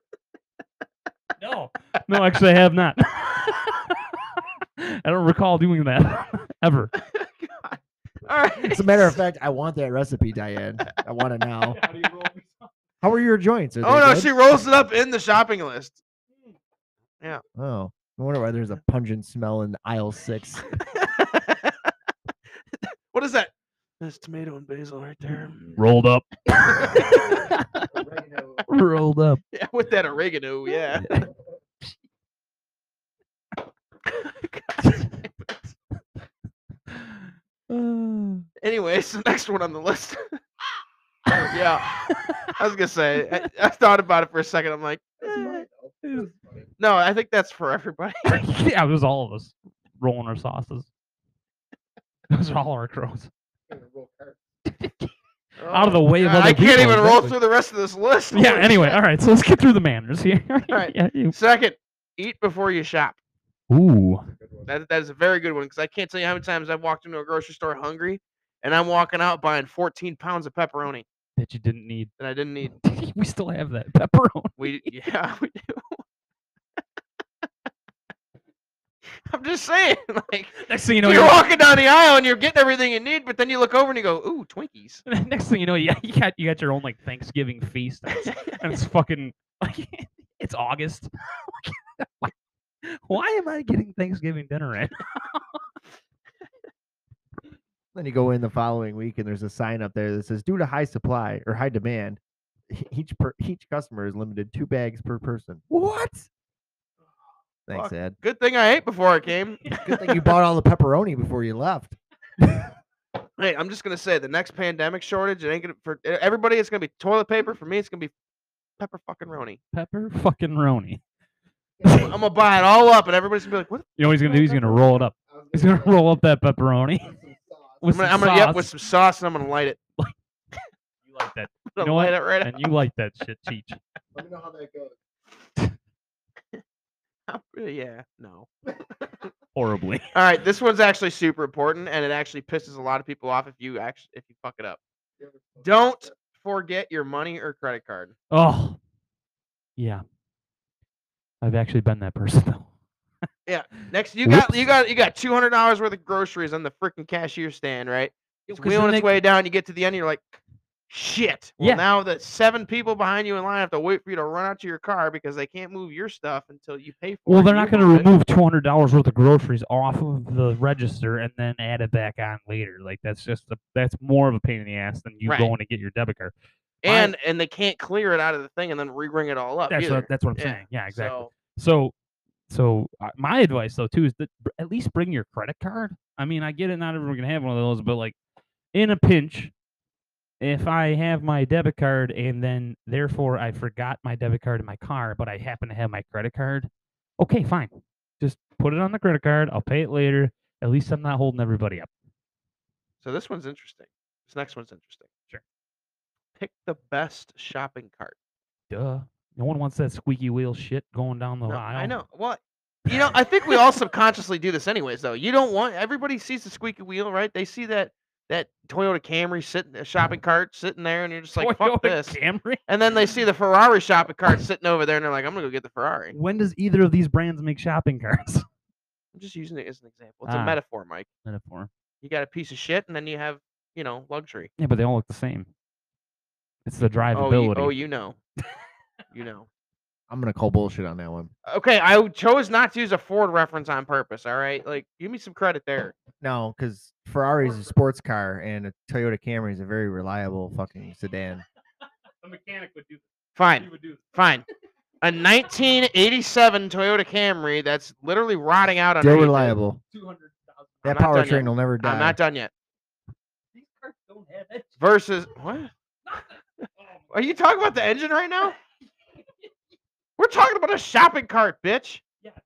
no, no, actually, I have not. I don't recall doing that ever.
God. All right.
As a matter of fact, I want that recipe, Diane. I want it now.
How do you roll these up?
How are your joints? Are
Oh
they
no,
good?
she rolls it up in the shopping list.
Oh, I wonder why there's a pungent smell in aisle six.
what is that? Mm-hmm. That's tomato and basil right there.
Rolled up,
Oregano.
rolled up.
Yeah, with that oregano, yeah. anyway, so next one on the list. Oh, yeah, I was gonna say. I, I thought about it for a second. I'm like,
That's
eh,
funny, though. That's funny.
no, I think that's for everybody.
yeah, it was all of us rolling our sauces. Those are all our crows.
Gonna roll cards.
Out of the
Oh,
way of
God,
other
Oh, I can't
people,
even roll
exactly.
through the rest of this list.
Yeah.
Holy
Anyway,
shit.
all right. So let's get through the manners here.
right.
yeah, you.
Second, eat before you shop.
Ooh.
Good one.
That that is a very good one because I can't tell you how many times I've walked into a grocery store hungry, and I'm walking out buying 14 pounds of pepperoni
That you didn't need.
that I didn't need.
we still have that pepperoni.
We yeah we do. I'm just saying, like
Next thing you know,
you're
you're,
walking down the aisle and you're getting everything you need, but then you look over and you go, "Ooh, Twinkies."
next thing you know, yeah, you got you got your own like Thanksgiving feast, and it's, and it's fucking like it's August. why, why am I getting Thanksgiving dinner right?
Then you go in the following week and there's a sign up there that says, due to high supply or high demand, each per each customer is limited two bags per person. What? Thanks,
Fuck.
Ed.
Good thing I ate before I came.
Good thing you bought all the pepperoni before you left.
Hey, I'm just gonna say the next pandemic shortage, it ain't gonna for e- everybody. It's gonna be toilet paper. For me, it's gonna be pepper fucking roni.
Pepper fucking Roni.
I'm, I'm gonna buy it all up, and everybody's gonna be like, "What?
You know what he's gonna do? He's gonna roll it up. He's gonna roll up that pepperoni.
I'm
With
gonna, I'm
some
gonna yep, with
sauce.
some sauce, and I'm gonna light it.
You like that,
I'm
know
gonna
what?
light it right
and you like that shit, Cheech.
Let me know how that goes.
up. Uh, Yeah, no.
Horribly.
All right, this one's actually super important, and it actually pisses a lot of people off if you actually if you fuck it up.
You ever smoke
Don't
cigarette?
forget your money or credit card.
Oh, yeah. I've actually been that person though.
Next, you got you
Whoops.
got you got two hundred dollars worth of groceries on the freaking cashier stand, right? It's
'cause then
wheeling its
they-
way down. You get to the end, you're like, shit. Well,
Yeah.
now the seven people behind you in line have to wait for you to run out to your car because they can't move your stuff until you pay for it.
Well, they're
You
not going to
move it.
remove two hundred dollars worth of groceries off of the register and then add it back on later. Like that's just a, that's more of a pain in the ass than you
Right.
going to get your debit card. my-
and and they can't clear it out of the thing and then re-ring it all up.
That's
Oh, either.
what, that's what I'm
Yeah,
saying. Yeah, exactly.
So,
So, so uh, my advice though too is that br- at least bring your credit card. I mean, I get it, not everyone can have one of those, but like in a pinch, if I have my debit card and then therefore I forgot my debit card in my car, but I happen to have my credit card, okay, fine, just put it on the credit card. I'll pay it later. At least I'm not holding everybody up.
so this one's interesting. This next one's interesting.
Sure.
Pick the best shopping cart.
Duh. No one wants that squeaky wheel shit going down the
No,
aisle.
I know. Well, you know, I think we all subconsciously do this anyways, though. You don't want everybody sees the squeaky wheel, right? They see that that Toyota Camry sitting, a shopping cart sitting there, and you're just like,
Toyota
fuck this.
Camry.
And then they see the Ferrari shopping cart sitting over there, and they're like, I'm gonna go get the Ferrari.
When does either of these brands make shopping carts?
I'm just using it as an example. It's
Ah.
a metaphor, Mike.
Metaphor.
You got a piece of shit, and then you have, you know, luxury.
Yeah, but they all look the same. It's the
Oh, you,
drivability.
oh, you know, you know.
I'm gonna call bullshit on that one.
Okay, I w- chose not to use a Ford reference on purpose. All right, like, give me some credit there.
No, because Ferrari's a sports car and a Toyota Camry is a very reliable fucking sedan.
the mechanic would do.
Fine.
would do.
Fine. A 1987 Toyota Camry that's literally rotting out on
Still reliable.
Two hundred thousand.
not
That
done
powertrain
yet.
will never die.
I'm not done yet.
These cars don't have it. Oh,
Versus what? Are you talking about the engine right now? We're talking about a shopping cart, bitch.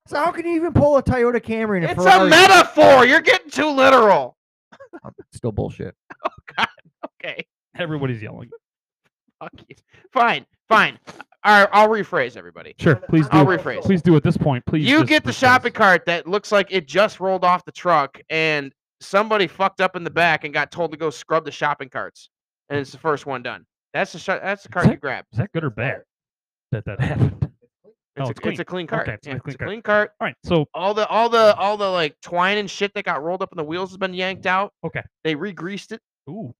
so how can you even pull a Toyota Camry and a
It's
Ferrari?
a metaphor. You're getting too literal.
Um, Still bullshit.
Okay.
Everybody's yelling.
Fuck you. Fine. Fine. All right, I'll rephrase everybody.
Sure, please do.
I'll rephrase.
Please do at this point. Please.
you
just
get the
rephrase.
shopping cart that looks like it just rolled off the truck and somebody fucked up in the back and got told to go scrub the shopping carts and it's the first one done that's the sh- that's the cart you
that-
grab
Is that good or bad that that happened?
it's,
Oh,
a,
it's clean.
it's a clean cart
Okay, it's a
Yeah,
clean cart.
clean cart
All right. So
all the all the all the like twine and shit that got rolled up in the wheels has been yanked out
Okay.
they re-greased it
ooh.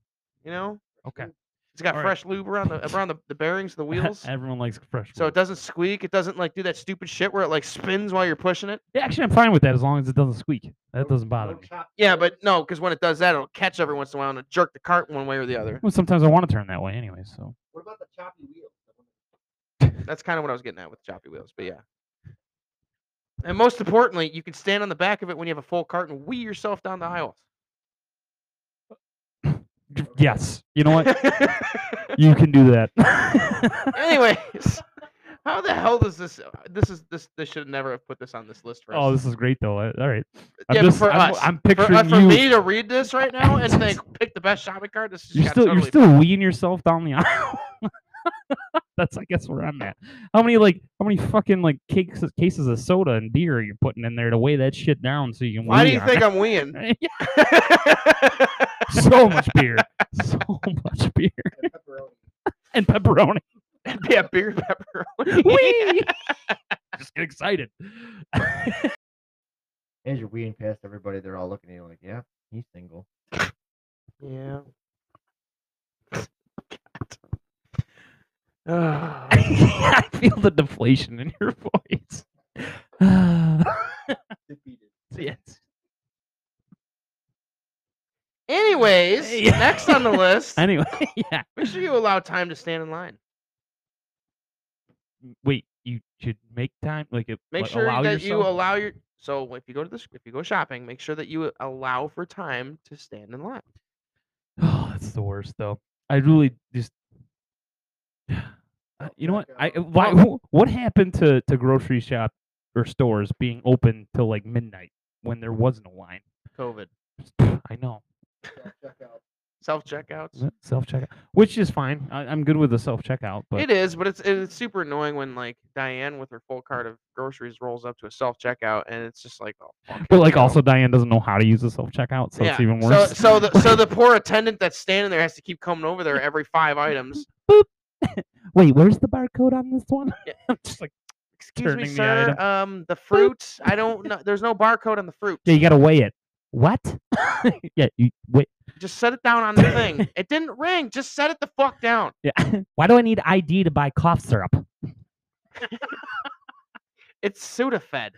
you know
Okay.
it's got
All right.
fresh lube around the around the, the bearings of the wheels
Everyone likes fresh.
so it
wheels.
doesn't squeak it doesn't like do that stupid shit where it like spins while you're pushing it
Yeah, actually, I'm fine with that as long as it doesn't squeak. That
Don't-
doesn't bother
don't
me.
chop
yeah
cigarettes.
but no because when it does that it'll catch every once in a while and it'll jerk the cart one way or the other
Well, sometimes I want to turn that way anyway. So
What about the choppy wheel?
That's kind of what I was getting at with choppy wheels, but yeah. And most importantly, you can stand on the back of it when you have a full cart and whee yourself down the aisle.
J- yes, you know what? you can do that.
Anyways, how the hell does this? uh, This is this. This should never have put this on this list for us.
oh, this is great though. I- All right. I'm
yeah,
just,
but for
I'm,
us,
I'm
for, uh,
picturing
for
you.
me to read this right now and think pick the best shopping cart. This just
You're
got
still
totally
you're still weeing yourself down the aisle. That's I guess where I'm at. How many like how many fucking like cases cases of soda and beer are you putting in there to weigh that shit down so you can?
Why do
wee
you
on
think
it?
I'm weeing?
Yeah, so much beer, so much beer
And pepperoni.
and pepperoni.
yeah, beer pepperoni.
Wee! Just get excited.
As you're weeing past everybody, they're all looking at you like, yeah, he's single.
Yeah.
I feel the deflation in your voice.
Defeated.
yes.
Anyways, next on the list,
Anyway, yeah.
make sure you allow time to stand in line.
m- wait, you should make time, like it,
Make
like,
sure
allow
that you
yourself.
allow your so if you go to this if you go shopping, make sure that you allow for time to stand in line.
Oh, that's the worst though. I really just. Uh, You know what? I
Blackout.
why, wh- what happened to to grocery shop or stores being open till like midnight when there wasn't a line?
COVID.
I know
Self-checkout.
Self checkouts.
self checkout, which is fine. I, I'm good with the self checkout, but
It is, but it's it's super annoying when like Diane with her full cart of groceries rolls up to a self checkout and it's just like oh fuck,
but like
you know?
also Diane doesn't know how to use the self checkout, so it's even worse.
So, so the so the poor attendant that's standing there has to keep coming over there every five items.
Wait, where's the barcode on this one? I'm just like,
Excuse me,
Turning the
sir.
item.
um, the fruit. I don't know. There's no barcode on the fruit.
yeah, you gotta weigh it. What? yeah, you wait.
Just set it down on the thing. It didn't ring. Just set it the fuck down.
Yeah. Why do I need ID to buy cough syrup?
It's Sudafed.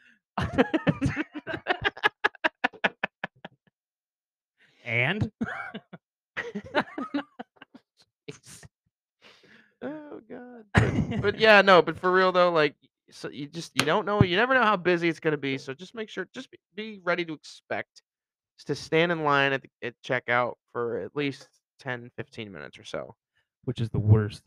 And
oh god. But yeah, no. But for real though, like, so you just you don't know. You never know how busy it's gonna be. So just make sure. Just be, be ready to expect to stand in line at the, at checkout for at least 10, 15 minutes or so.
which is the worst.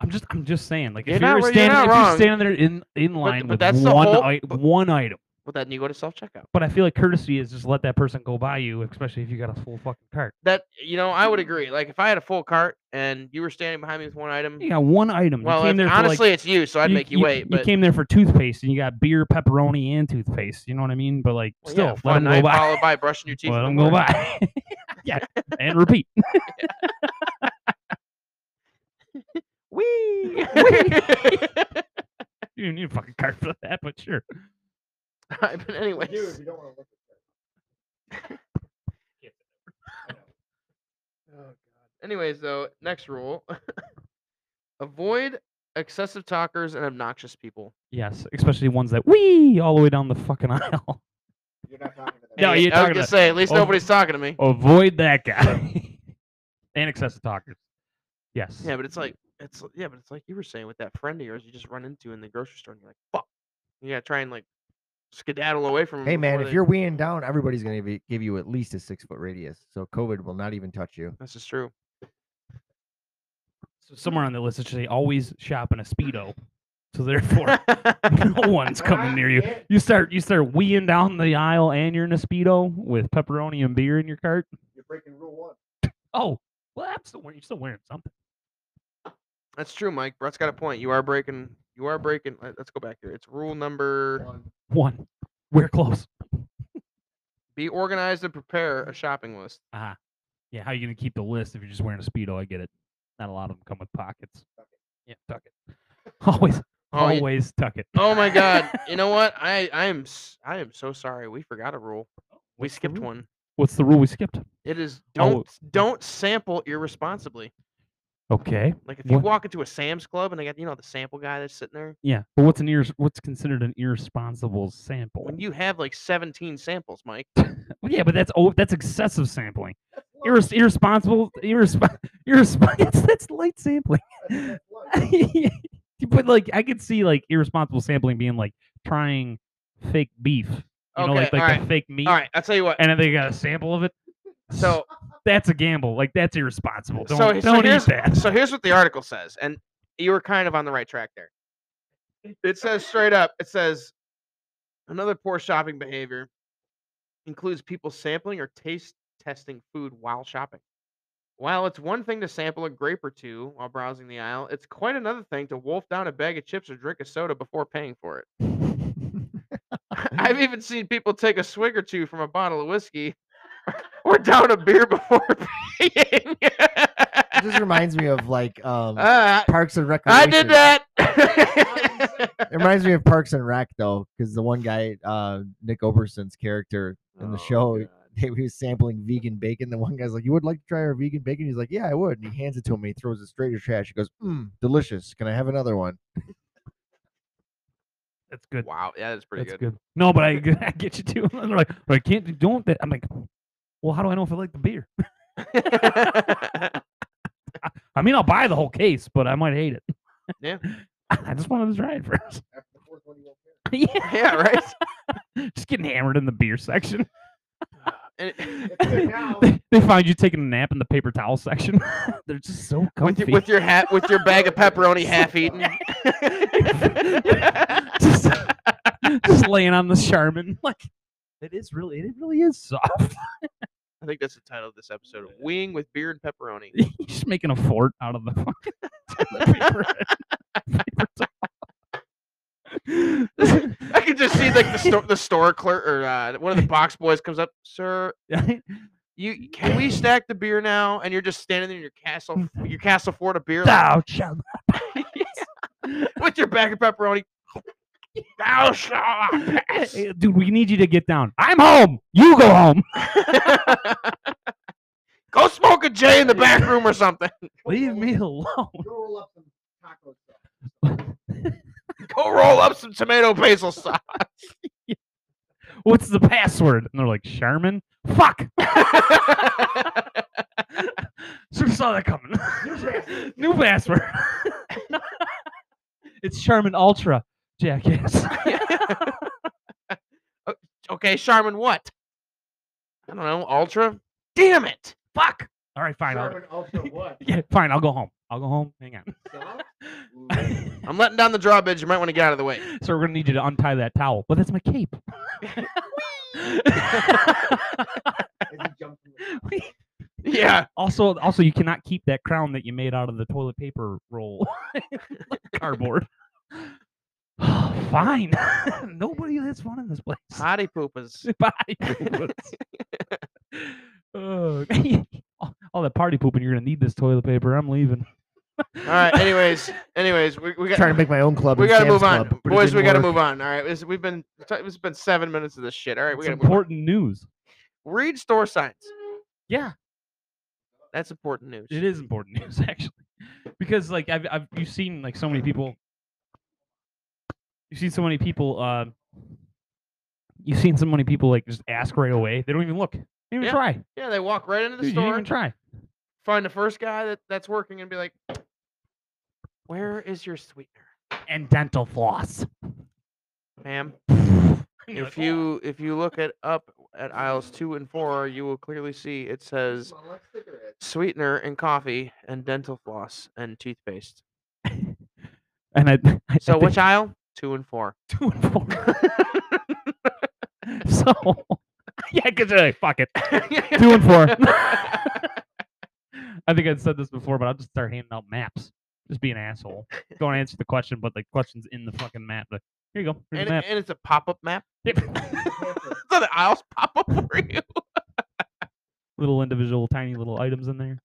I'm just, I'm just saying, like
You're
if
not
you're
wr- you're
standing,
not
if you're
wrong.
standing there in in line
but
with
that's the
one,
whole-
i-
but-
one item,
Well, then you go to self checkout.
but I feel like courtesy is just let that person go by you, especially if you got a full fucking cart.
That you know, I would
Mm-hmm.
agree. Like if I had a full cart and you were standing behind me with one item,
You got one item.
Mm. well,
you
if-
came there for, like,
honestly, it's you, so I'd make you, wait. But
you came there for toothpaste, and you got beer, pepperoni, and toothpaste. You know what I mean? But like,
well,
still,
yeah,
let them
fun
go
night
by.
followed by brushing your teeth.
Let
in the
them go
morning.
by. yeah, and repeat.
Wee.
You don't need a fucking cart for that, but sure.
Alright, but
You do if
anyways,
you don't want to look Oh,
anyways though, next rule: avoid excessive talkers and obnoxious people.
Yes, especially ones that wee all the way down the fucking aisle.
at it. You're not talking to them.
No,
Hey,
you're
I was
talking
gonna
to- oh.
say at least
over-
nobody's talking to me.
Avoid that guy. and excessive talkers. Yes.
Yeah, but it's like it's yeah, but it's like you were saying with that friend of yours you just run into in the grocery store and you're like, fuck. You gotta try and like skedaddle away from. 'em
Hey man,
before
if
they-
you're weeing down, everybody's gonna be, give you at least a six foot radius, so COVID will not even touch you.
This is true.
So somewhere on the list it should say always shop in a speedo. So therefore no one's
Ah,
coming near you.
Yeah,
You start you start weeing down the aisle and you're in a speedo with pepperoni and beer in your cart.
You're breaking rule one.
Oh, well I'm still wearing you're still wearing something.
That's true, Mike. Brett's got a point. You are breaking. You are breaking. let- Let's go back here. It's rule number:
One.
One. Wear clothes.
be organized and prepare a shopping list.
Yeah, how you gonna keep the list if you're just wearing a speedo? I get it. Not a lot of them come with pockets. Yeah, tuck it. Always,
Oh, you-
always tuck it.
oh my God! You know what? I I am s- I am so sorry. We forgot a rule. We
What's the
skipped
rule?
one.
What's the rule we skipped?
It is
Oh.
don't don't sample irresponsibly.
Okay.
Like if you
What?
walk into a Sam's Club and they got you know the sample guy that's sitting there.
Yeah, but what's an ir- what's considered an irresponsible sample?
When you have like 17 samples, Mike.
Well, yeah, but that's oh, that's excessive sampling. Irres- irresponsible, irresp- irresponsible. That's light sampling.
That's one.
but like, I could see like irresponsible sampling being like trying fake beef. You know,
Okay,
like like
alright,
the fake meat,
All right, I'll tell you what.
and then they got a sample of it.
So
that's a gamble. Like that's irresponsible. Don't
so,
don't
so
eat
here's
that.
so here's what the article says, and you were kind of on the right track there. It says straight up, it says another poor shopping behavior includes people sampling or taste testing food while shopping. While it's one thing to sample a grape or two while browsing the aisle, it's quite another thing to wolf down a bag of chips or drink a soda before paying for it. I've even seen people take a swig or two from a bottle of whiskey or down a beer before paying.
It just reminds me of like um,
Ah,
Parks and
I
Recreation.
did that.
It reminds me of Parks and Rec though, because the one guy, uh, Nick Oberson's character in the show,
Oh,
he was sampling vegan bacon. The one guy's like, "You would like to try our vegan bacon?" He's like, "Yeah, I would." And he hands it to him. And he throws it straight to trash. He goes, "Mmm, delicious. Can I have another one?"
That's good.
Wow, yeah, that's pretty
That's
good.
good. No, but I, g- I get you too. And they're like, but I can't do- don't that. I'm like, well, how do I know if I like the beer? I mean, I'll buy the whole case, but I might hate it.
Yeah.
I just wanted to try it first.
After the fourth one, you won't care.
yeah.
Yeah, right.
Just getting hammered in the beer section.
And it-
It's good now.
they, they find you taking a nap in the paper towel section. They're just so
with
comfy.
your with your hat with your bag of pepperoni half eaten.
just, just laying on the Charmin. Like it is really, it really is soft.
I think that's the title of this episode: Wing with beer and pepperoni.
You're just making a fort out of the fucking paper, paper towel.
I can just see like the store the store clerk or uh, one of the box boys comes up, sir. You can we stack the beer now? And you're just standing there in your castle, your castle fort of beer, like,
Thou shalt
with your bag of pepperoni. Thou shalt not pass.
Hey, Dude, we need you to get down. I'm home. You go home.
Go smoke a J in the back room or something.
Leave me alone.
Go roll up some taco stuff.
Go roll up some tomato basil sauce.
What's the password? And they're like, Sherman? Fuck. Should have saw that coming. New password. it's Sherman Ultra, jackass.
okay, Charmin, what? I don't know. Ultra. Damn it! Fuck.
All right, fine. I'll,
Sherman Ultra what?
yeah, fine. I'll go home. I'll go home. Hang on.
Soft? Ooh.
I'm letting down the drawbridge. You might want to get out of the way.
So we're gonna need you to untie that towel. But that's my cape.
As he jumped from the
Yeah.
also, also, you cannot keep that crown that you made out of the toilet paper roll, cardboard. Fine. Nobody that's fun in this place.
Potty poopers.
Body poopers. Ugh. all, all that party pooping. You're gonna need this toilet paper. I'm leaving.
All right. Anyways, anyways, we, we got
trying to make my own club.
we
got to
move on, boys. We got to move on. All right. This, we've been t- it's been seven minutes of this shit. All right. We
It's
got to move on.
important news.
Read store signs.
Yeah,
That's important news.
it is important news actually, because like I've, I've you've seen like so many people. You've seen so many people. Uh, you've seen so many people like just ask right away. They don't even look. They don't even
Yeah.
try.
Yeah, they walk right into the
Dude, you didn't
store,
even try.
find the first guy that, that's working, and be like, "Where is your sweetener,
And dental floss.
ma'am?"
And you're
If
like, "Oh,
you if you look it up at aisles two and four, you will clearly see it says
Come on, let's figure it.
sweetener and coffee and dental floss and toothpaste.
and I, I
So
I
which aisle? Two and four.
two and four. so yeah, because you're like, fuck it, two and four. I think I'd said this before, but I'll just start handing out maps. Just be an asshole. Don't answer the question, but the question's in the fucking map. Like, here you go. Here's
and,
the map.
and it's a pop up map.
Pamper.
So the aisles pop up for you.
little individual, tiny little items in there.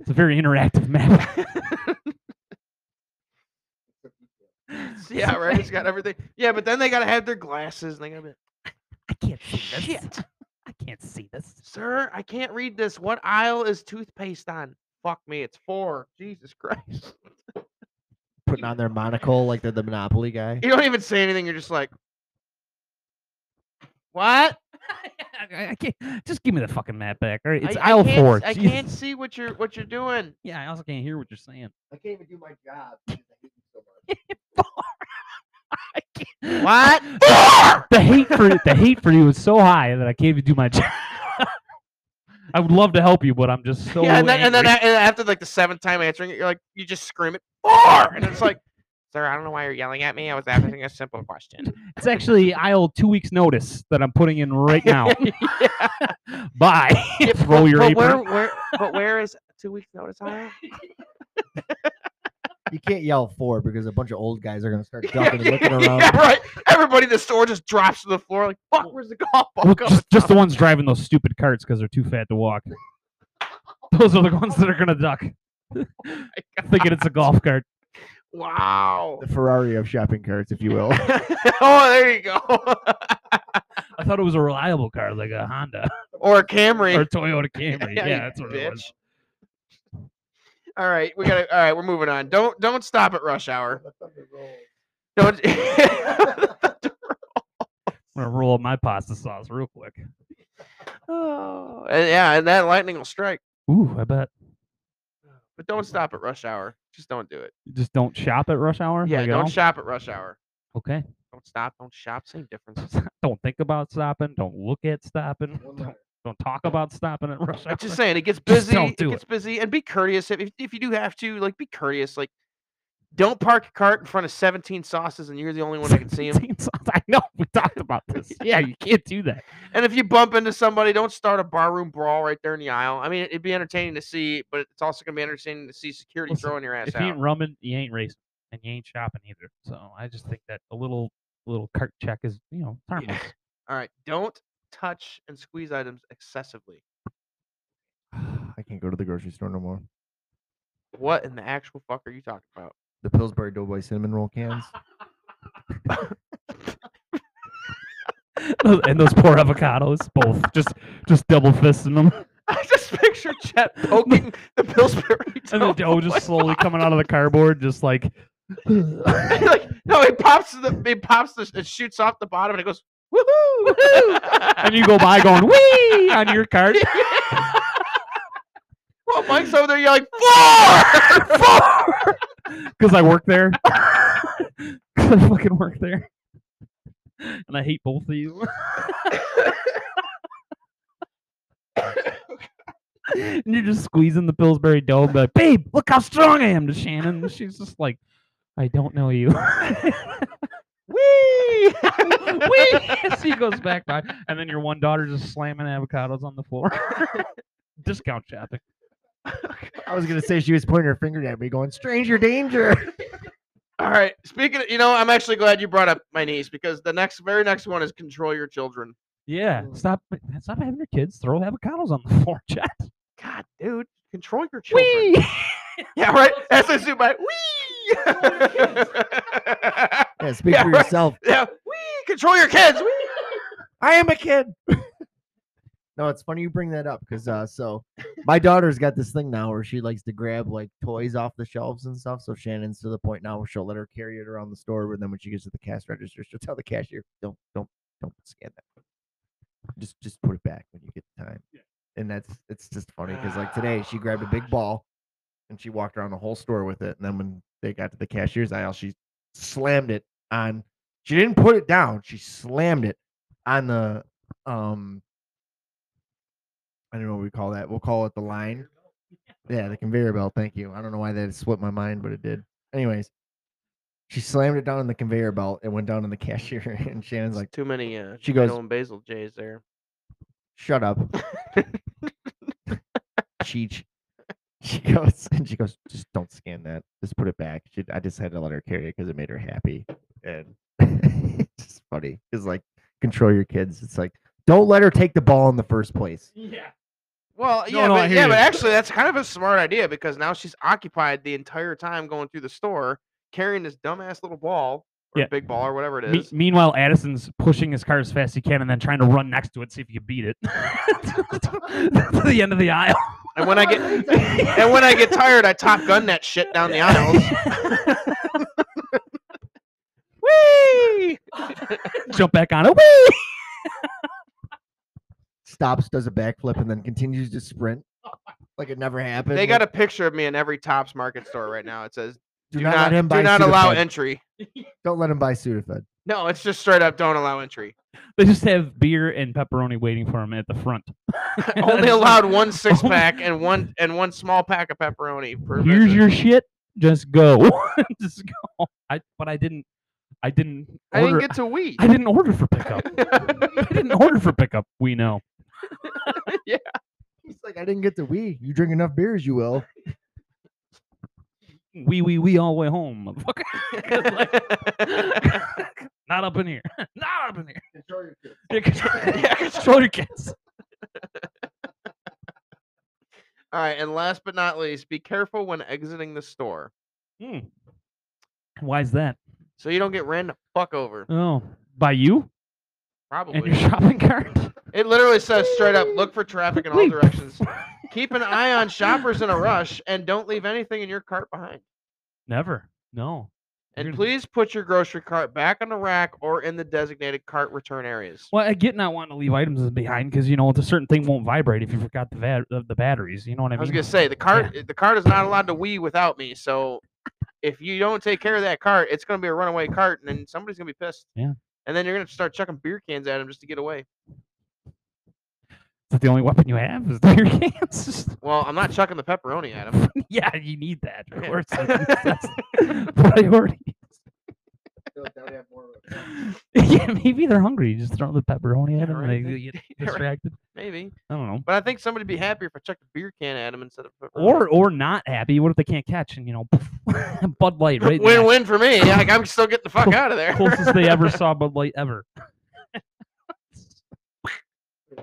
It's a very interactive map.
yeah, right. It's got everything. Yeah, but then they gotta have their glasses and they gotta be like,
I can't see this. I can't see this.
Sir, I can't read this. What aisle is toothpaste on? Fuck me, it's four. Jesus Christ.
Putting on their monocle like they're the Monopoly guy.
You don't even say anything, you're just like What?
I, I can't. Just give me the fucking map back. All right, it's
I,
aisle
I can't,
four.
I
Jesus.
can't see what you're what you're doing.
Yeah, I also can't hear what you're saying.
I can't even do my job because I hate you so much.
I can't.
What?
The hate for the hate for you is so high that I can't even do my job. I would love to help you, but I'm just so.
yeah, and then, and then
angry.
a- and after like the seventh time answering it, you're like, you just scream it, four! And it's like, sir, I don't know why you're yelling at me. I was asking a simple question.
it's actually aisle two weeks notice that I'm putting in right now. Bye. Throw your
but
apron.
where, where, but where is two weeks notice aisle?
You can't yell four because a bunch of old guys are gonna start
yeah,
ducking and looking around.
yeah, right. Everybody in the store just drops to the floor like, fuck, where's the golf ball
Well,
going?
just, just the ones driving those stupid carts because they're too fat to walk. Those are the ones that are gonna duck, thinking it's a golf cart.
Wow.
The Ferrari of shopping carts, if you will.
oh, there you go.
I thought it was a reliable car, like a Honda
or a
or
Camry.
a Toyota Camry. Yeah,
Yeah, you
that's what
bitch.
it was.
All right, we gotta. All right, we're moving on. Don't don't stop at rush hour.
The thunder rolls.
Don't.
I'm gonna roll up my pasta sauce real quick.
oh, and yeah, and that lightning will strike.
Ooh, I bet.
But don't stop at rush hour. Just don't do it.
Just don't shop at rush hour.
Yeah,
like, at
don't
all?
shop at rush hour.
Okay.
Don't stop. Don't shop. Same difference.
Don't think about stopping. Don't look at stopping.
One
Don't,
letter.
don't talk about stopping at rush hour.
I'm just saying, it gets
Just
busy.
don't
It
do
gets busy, and be courteous. If if you do have to, like, be courteous. Like, don't park your cart in front of 17 sauces, and you're the only one that can see them.
17 songs. I know we talked about this. Yeah, you can't do that.
And if you bump into somebody, don't start a barroom brawl right there in the aisle. I mean, it'd be entertaining to see, but it's also gonna be entertaining to see security
Listen,
throwing your ass
if you ain't
out.
rumming, you ain't racing, and you ain't shopping either. So I just think that a little little cart check is you know it's harmless.
All right, don't touch and squeeze items excessively.
I can't go to the grocery store no more.
What in the actual fuck are you talking about?
The Pillsbury Doughboy cinnamon roll cans.
Those- and those poor avocados, both just just double fisting them,
I just picture Chet poking the Pillsbury.
and the dough just slowly coming out of the cardboard, just like.
like no, it pops the it pops the it shoots off the bottom and it goes woohoo woohoo.
And you go by going wee on your cart.
well, Mike's over there. You're like four, four.
because I work there. 'Cause I fucking work there, and I hate both of you. and you're just squeezing the Pillsbury dough, and be like, babe, look how strong I am to Shannon. And she's just like, I don't know you.
Wee.
Wee! she goes back by, and then your one daughter just slamming avocados on the floor. Discount shopping.
I was gonna say she was pointing her finger at me, going "Stranger danger."
All right. Speaking, of, you know, I'm actually glad you brought up my niece because the next, very next one is control your children.
Yeah,
Mm.
stop. Stop having your kids throw avocados on the floor, Chad.
God, dude, control your children.
Wee!
Yeah, right. That's a zoom by. Wee.
Yeah, speak
Yeah,
for
right.
yourself.
yeah. Wee. Control your kids. Wee.
I am a kid. no, it's funny you bring that up because uh, so my daughter's got this thing now where she likes to grab like toys off the shelves and stuff. So Shannon's to the point now where she'll let her carry it around the store, but then when she gets to the cash register, she'll tell the cashier, "Don't, don't, don't scan that. Just, just put it back when you get the time." And that's it's just funny because like today she grabbed a big ball and she walked around the whole store with it, and then when they got to the cashier's aisle, she slammed it on. She didn't put it down. She slammed it on the um I don't know what we call that. We'll call it the line. Yeah, the conveyor belt. Thank you. I don't know why that slipped my mind, but it did. Anyways, she slammed it down on the conveyor belt and went down on the cashier. And Shannon's like,
too many. Uh,
She goes-
tomato and basil J's there.
"Shut up, Cheech." She goes and she goes, "Just don't scan that. Just put it back." She, I just had to let her carry it because it made her happy, and it's just funny. It's like control your kids. It's like don't let her take the ball in the first place.
Yeah.
Well,
No,
yeah,
no, I
but,
hear
yeah, but
you.
actually, that's kind of a smart idea because now she's occupied the entire time going through the store carrying this dumbass little ball or
Yeah.
big ball or whatever it
Me-
is.
meanwhile, Addison's pushing his car as fast as he can and then trying to run next to it, see if he can beat it to the end of the aisle.
And when I get and when I get tired, I top gun that shit down the aisles. Whee!
Jump back on it. Whee!
stops, does a backflip, and then continues to sprint like it never happened.
They got a
like,
picture of me in every Tops Market store right now. It says,
do,
not,
let him buy
do not allow
Sudafed.
entry."
Don't let him buy Sudafed.
No, it's just straight up, "Don't allow entry."
They just have beer and pepperoni waiting for him at the front.
Only
It's like,
allowed one six pack and one and one small pack of pepperoni per.
Here's
visit."
your shit. Just go. just go. I, but I didn't. I didn't.
I
order,
didn't get to weed.
I didn't order for pickup. I didn't order for pickup. We know.
He's like, I didn't get the Wii. You drink enough beers, you will.
We we we all the way home, motherfucker. 'Cause, like, not up in here. Not up in here.
Control your kids.
Yeah, control, control your kids.
All right, and last but not least, be careful when exiting the store
Hmm. Why is that?
so you don't get ran the fuck over.
Oh, by you and
Probably.
your shopping cart?
It literally says straight up, look for traffic in all
Wait.
directions. Keep an eye on shoppers in a rush and don't leave anything in your cart behind.
Never. No.
And
Here's-
please put your grocery cart back on the rack or in the designated cart return areas.
Well, I get not wanting to leave items behind because you know the certain thing won't vibrate if you forgot the va- the, the batteries. You know what I
I
mean?
was gonna say the cart the cart is not allowed to wee without me. So if you don't take care of that cart, it's gonna be a runaway cart, and then somebody's gonna be pissed.
Yeah.
And then you're gonna start chucking beer cans at him just to get away.
Is that the only weapon you have? Is the beer cans?
Well, I'm not chucking the pepperoni at him.
yeah, you need that. Of
Yeah.
course, that's, that's priority.
I feel like that would have more of a
yeah, maybe they're hungry. You just throw the pepperoni
Yeah,
at them
right.
and they
They-
get
yeah, right.
distracted.
Maybe,
I don't know.
but I think somebody'd be happier if I chucked a beer can at him instead of pepperoni.
Or or not happy. What if they can't catch and you know Bud Light right? in the eye.
win-win for me. Like I'm still getting the fuck out of there.
Closest they ever saw Bud Light ever.
different-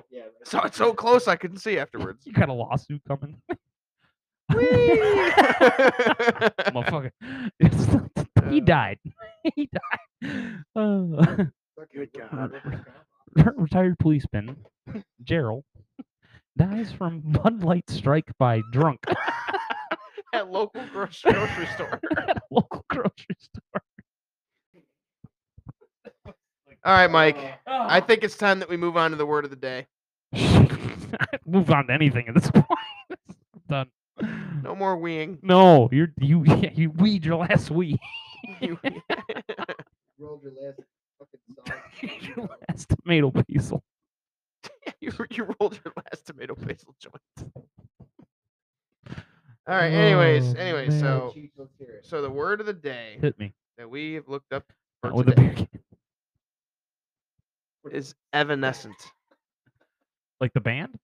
yeah. right.
So it's so close I couldn't see afterwards.
You got a lawsuit coming. motherfucker. It's not- he
Uh,
died. he died. Uh,
Fucking
Good
little
God.
rubber compound.
retired policeman Gerald dies from Bud Light strike by drunk
at local grocery, grocery store.
at a local grocery store.
All right, Mike.
Uh,
I
Oh.
think it's time that we move on to the word of the day.
Move on to anything at this point. I'm done.
No more weeing.
No, you're you you weed your last weed.
You-
rolled your last fucking sausage, you
your
know.
last tomato basil.
you, you rolled your last tomato basil joint. All right. Anyways,
Oh,
anyways,
man.
so
Cheap, let's hear it.
so the word of the day
Hit me.
that we have looked up
Not
for
with a
today
beer can.
is evanescent.
Like the band?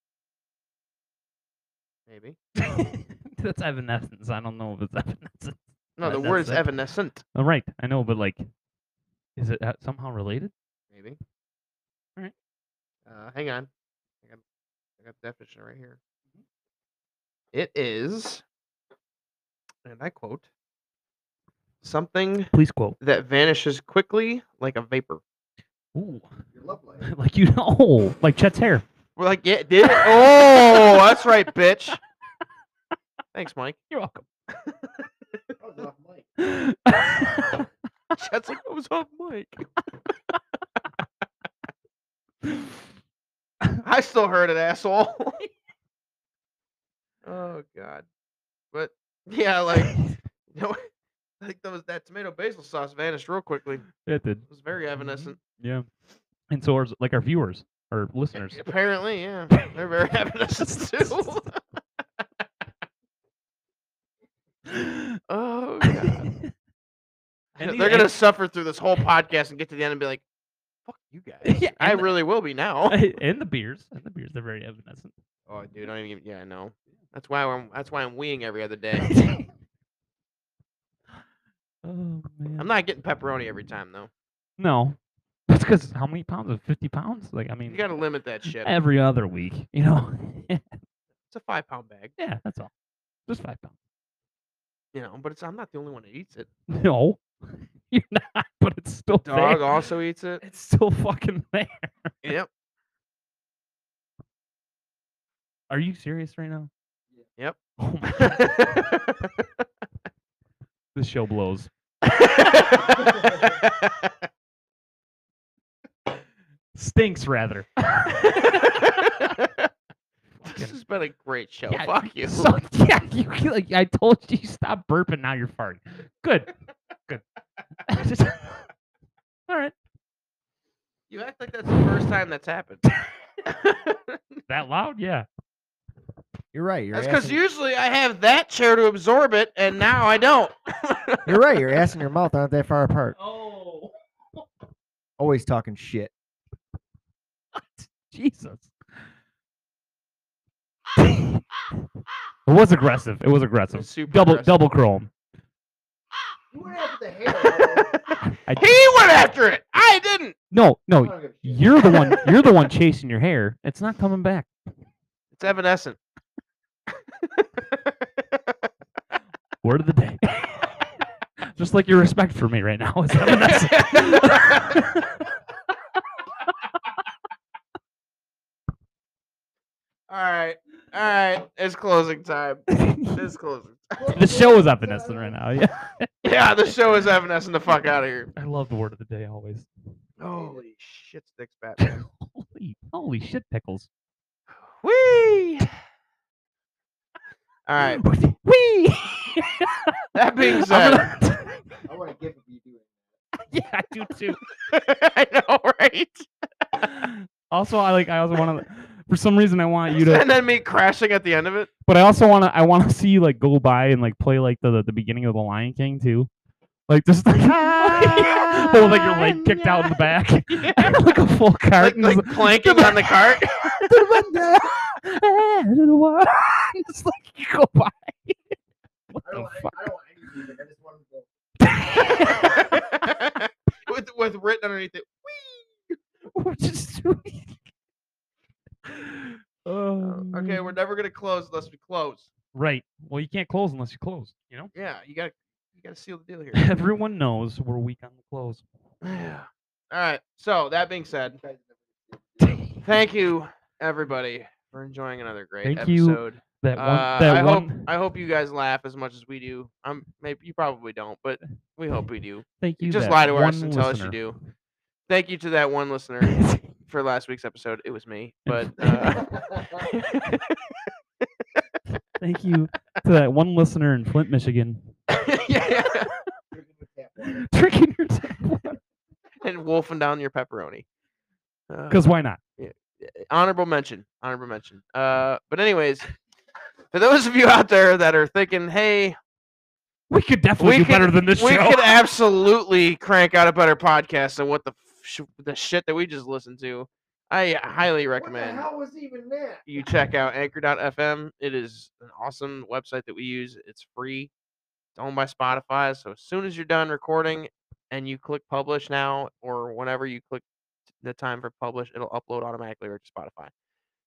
Maybe.
That's evanescence. I don't know if it's evanescence.
No, the word is
Evanescent.
evanescent.
Oh, right. I know, but like, is it uh, somehow related?
Maybe.
All right.
Uh, hang on. I got, I got the definition right here. It is, and I quote, something
Please quote.
that vanishes quickly like a vapor.
Ooh.
Your love life.
Like you know, like Chet's hair.
We're like, yeah, did it? Oh, that's right, bitch. Thanks, Mike.
You're welcome.
That was off mic.
That's
That's like, I was off mic. I still heard it, asshole. oh god. But yeah, like you know, like that was that tomato basil sauce vanished real quickly. It
it did.
was very evanescent.
Yeah. And so are s- like our viewers or listeners.
Apparently, yeah, they're very evanescent too. oh god.
And these-
they're gonna
and-
suffer through this whole podcast and get to the end and be like, "Fuck you guys."
Yeah,
I
and the-
really will be now.
and the beers. And the beers, they're very evanescent.
Oh, dude, I don't even. Yeah, I know. That's why I'm. That's why I'm weeing every other day.
oh, man.
I'm not getting pepperoni every time though.
No. That's because how many pounds? Of 50 pounds? Like, I mean,
You gotta limit that shit.
every other week, you know?
It's a five pound bag,
yeah, that's all. Just five pounds.
you know. But it's. I'm not the only one that eats it.
No, you're not, but it's still
Dog
there.
also eats it.
It's still fucking there.
Yep.
Are you serious right now?
Yep.
Oh my, this show blows. Stinks, rather.
this has been a great show.
Yeah,
Fuck you.
So, yeah, you can- like I told you, stop burping. Now you're farting. Good, good. all right,
You act like that's the first time that's happened.
that loud? Yeah.
You're right. You're
that's because
asking-
usually I have that chair to absorb it, and now I don't.
You're right. Your ass and your mouth aren't that far apart.
Oh,
Always talking shit.
Jesus. it was aggressive. It was aggressive.
Super
double
aggressive.
double chrome.
You went after the hair. I
I,
He went after it. I didn't.
no,
Oh,
no,
don't give a shit.
you're the one. You're the one chasing your hair. It's not coming back.
It's evanescent.
Word of the day. Just like your respect for me right now is evanescent.
All right. All right. It's closing time. It's closing. time.
Roger
the show is
Lewis
up in
said,
Essen
"I
right
love
now. Yeah.
Yeah, the show is evanescent the fuck out of here.
I love the word of the day always.
Holy shit, sticks, Batman.
Holy, holy shit, pickles.
Whee! All right.
Wee!
That being
I'm
said,
gonna-
you. I want to give it you doing.
yeah, I do too.
I know, right?
Also, I like. I also want to. For some reason, I want you to.
and then me crashing at the end of it.
But I also want to. I want to see you like go by and like play like the the, the beginning of the Lion King too. Like just like hold like your leg kicked out in the back, like a full
Ah, Like,
cart. and
like
just-
planking on the cart.
It's like you go by. What
I
the
don't, want,
fuck?
I don't want any music. I just want to go.
with, with written underneath it.
We're just doing. Oh, Um,
Oh, Okay, we're never gonna close unless we close.
right. Well, you can't close unless you close. You know.
Yeah, you gotta you gotta seal the deal here.
Everyone knows we're weak on the close.
Yeah. All right. So that being said,
You guys
thank you everybody for enjoying another great
Thank you.
episode.
That one.
Uh,
that
I
one.
hope I hope you guys laugh as much as we do. I'm maybe you probably don't, but we hope we do.
thank you.
Just
that
lie to us
one
and tell us you
listener.
do. Thank you to that one listener for last week's episode. It was me, but uh,
never-
thank you to that one listener in Flint, Michigan.
yeah,
Drinking with tap water.
Drinking your tap
and wolfing down your pepperoni. Uh,
Because why not?
honorable mention honorable mention uh but anyways for those of you out there that are thinking hey
We could definitely
we
do
could,
better than this
we
show.
could absolutely crank out a better podcast than what the f- sh- the shit that we just listened to i highly recommend
What the hell was even that?
you check out anchor.fm it is an awesome website that we use it's free it's owned by spotify so as soon as you're done recording and you click publish now or whenever you click the time for publish it'll upload automatically right to spotify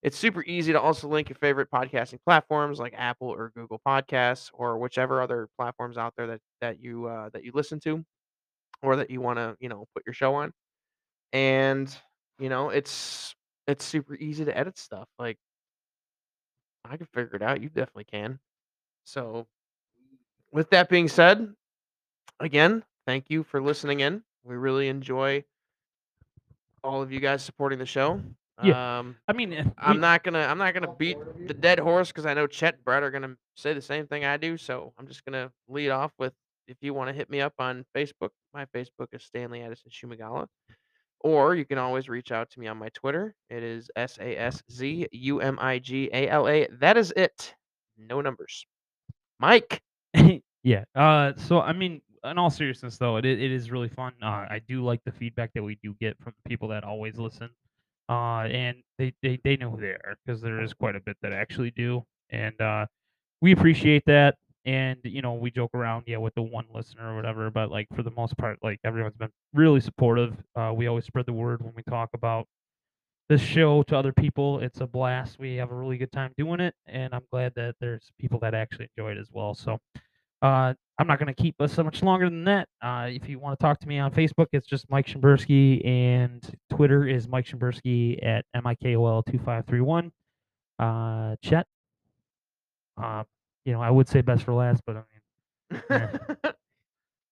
it's super easy to also link your favorite podcasting platforms like apple or google podcasts or whichever other platforms out there that that you uh, that you listen to or that you want to you know put your show on and you know it's it's super easy to edit stuff like i can figure it out you definitely can so with that being said again thank you for listening in we really enjoy all of you guys supporting the show
Yeah.
um
I mean, eh,
i'm
we-
not gonna i'm not gonna
All
beat
four of you?
the dead horse because I know Chet and Brett are gonna say the same thing I do. So I'm just gonna lead off with if you want to hit me up on Facebook, my Facebook is Stanley Addison Shumagala, or you can always reach out to me on my Twitter. It is S A S Z U M I G A L A. That is it. No numbers. Mike.
yeah. Uh, so I mean, in all seriousness, though, it i- it is really fun. Uh, I do like the feedback that we do get from the people that always listen. Uh, and they they they know who they are because there is quite a bit that actually do, and uh, we appreciate that. And you know, we joke around, yeah, with the one listener or whatever. But like for the most part, like everyone's been really supportive. Uh, we always spread the word when we talk about this show to other people. It's a blast. We have a really good time doing it, and I'm glad that there's people that actually enjoy it as well. So, uh, I'm not going to keep us so much longer than that. Uh, if you want to talk to me on Facebook, it's just Mike Shimbersky, and Twitter is Mike Shimbersky at M I K O L 2531. Uh, Chet, uh, you know, I would say best for last, but I mean, Yeah.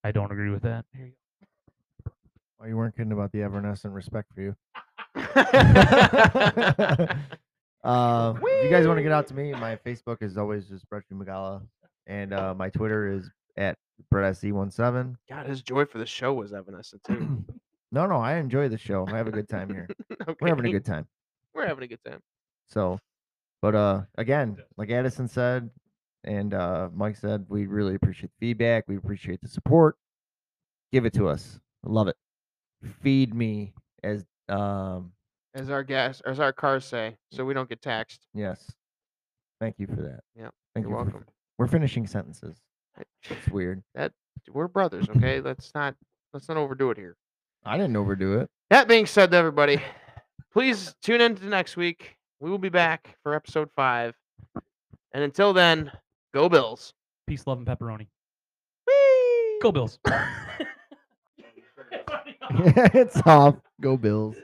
I don't agree with that. Here you
Oh, you weren't kidding about the evanescent respect for you. Uh, if you guys want to get out to me, my Facebook is always just Brett Magala, and uh, my Twitter is at E BrettSC17.
God, his joy for the show was evanescent too.
No, no, I enjoy the show. I have a good time here. We're having a
Okay,
good time.
We're having a good time.
So, but uh, again, like Addison said, and uh, Mike said, we really appreciate the feedback. We appreciate the support. Give it to us. I love it. Feed me as um
As our gas, as our cars say, so we don't get taxed.
yes. Thank you for that.
Yep,
Thank
You're
you. for-
welcome.
we're finishing sentences. It's weird.
we're brothers, okay? Let's not let's not overdo it here.
I didn't overdo it.
That being said, everybody, please tune in to next week. We will be back for episode five. And until then, go Bills.
go. Peace, love, and pepperoni. Go Bills.
it's off. Go Bills.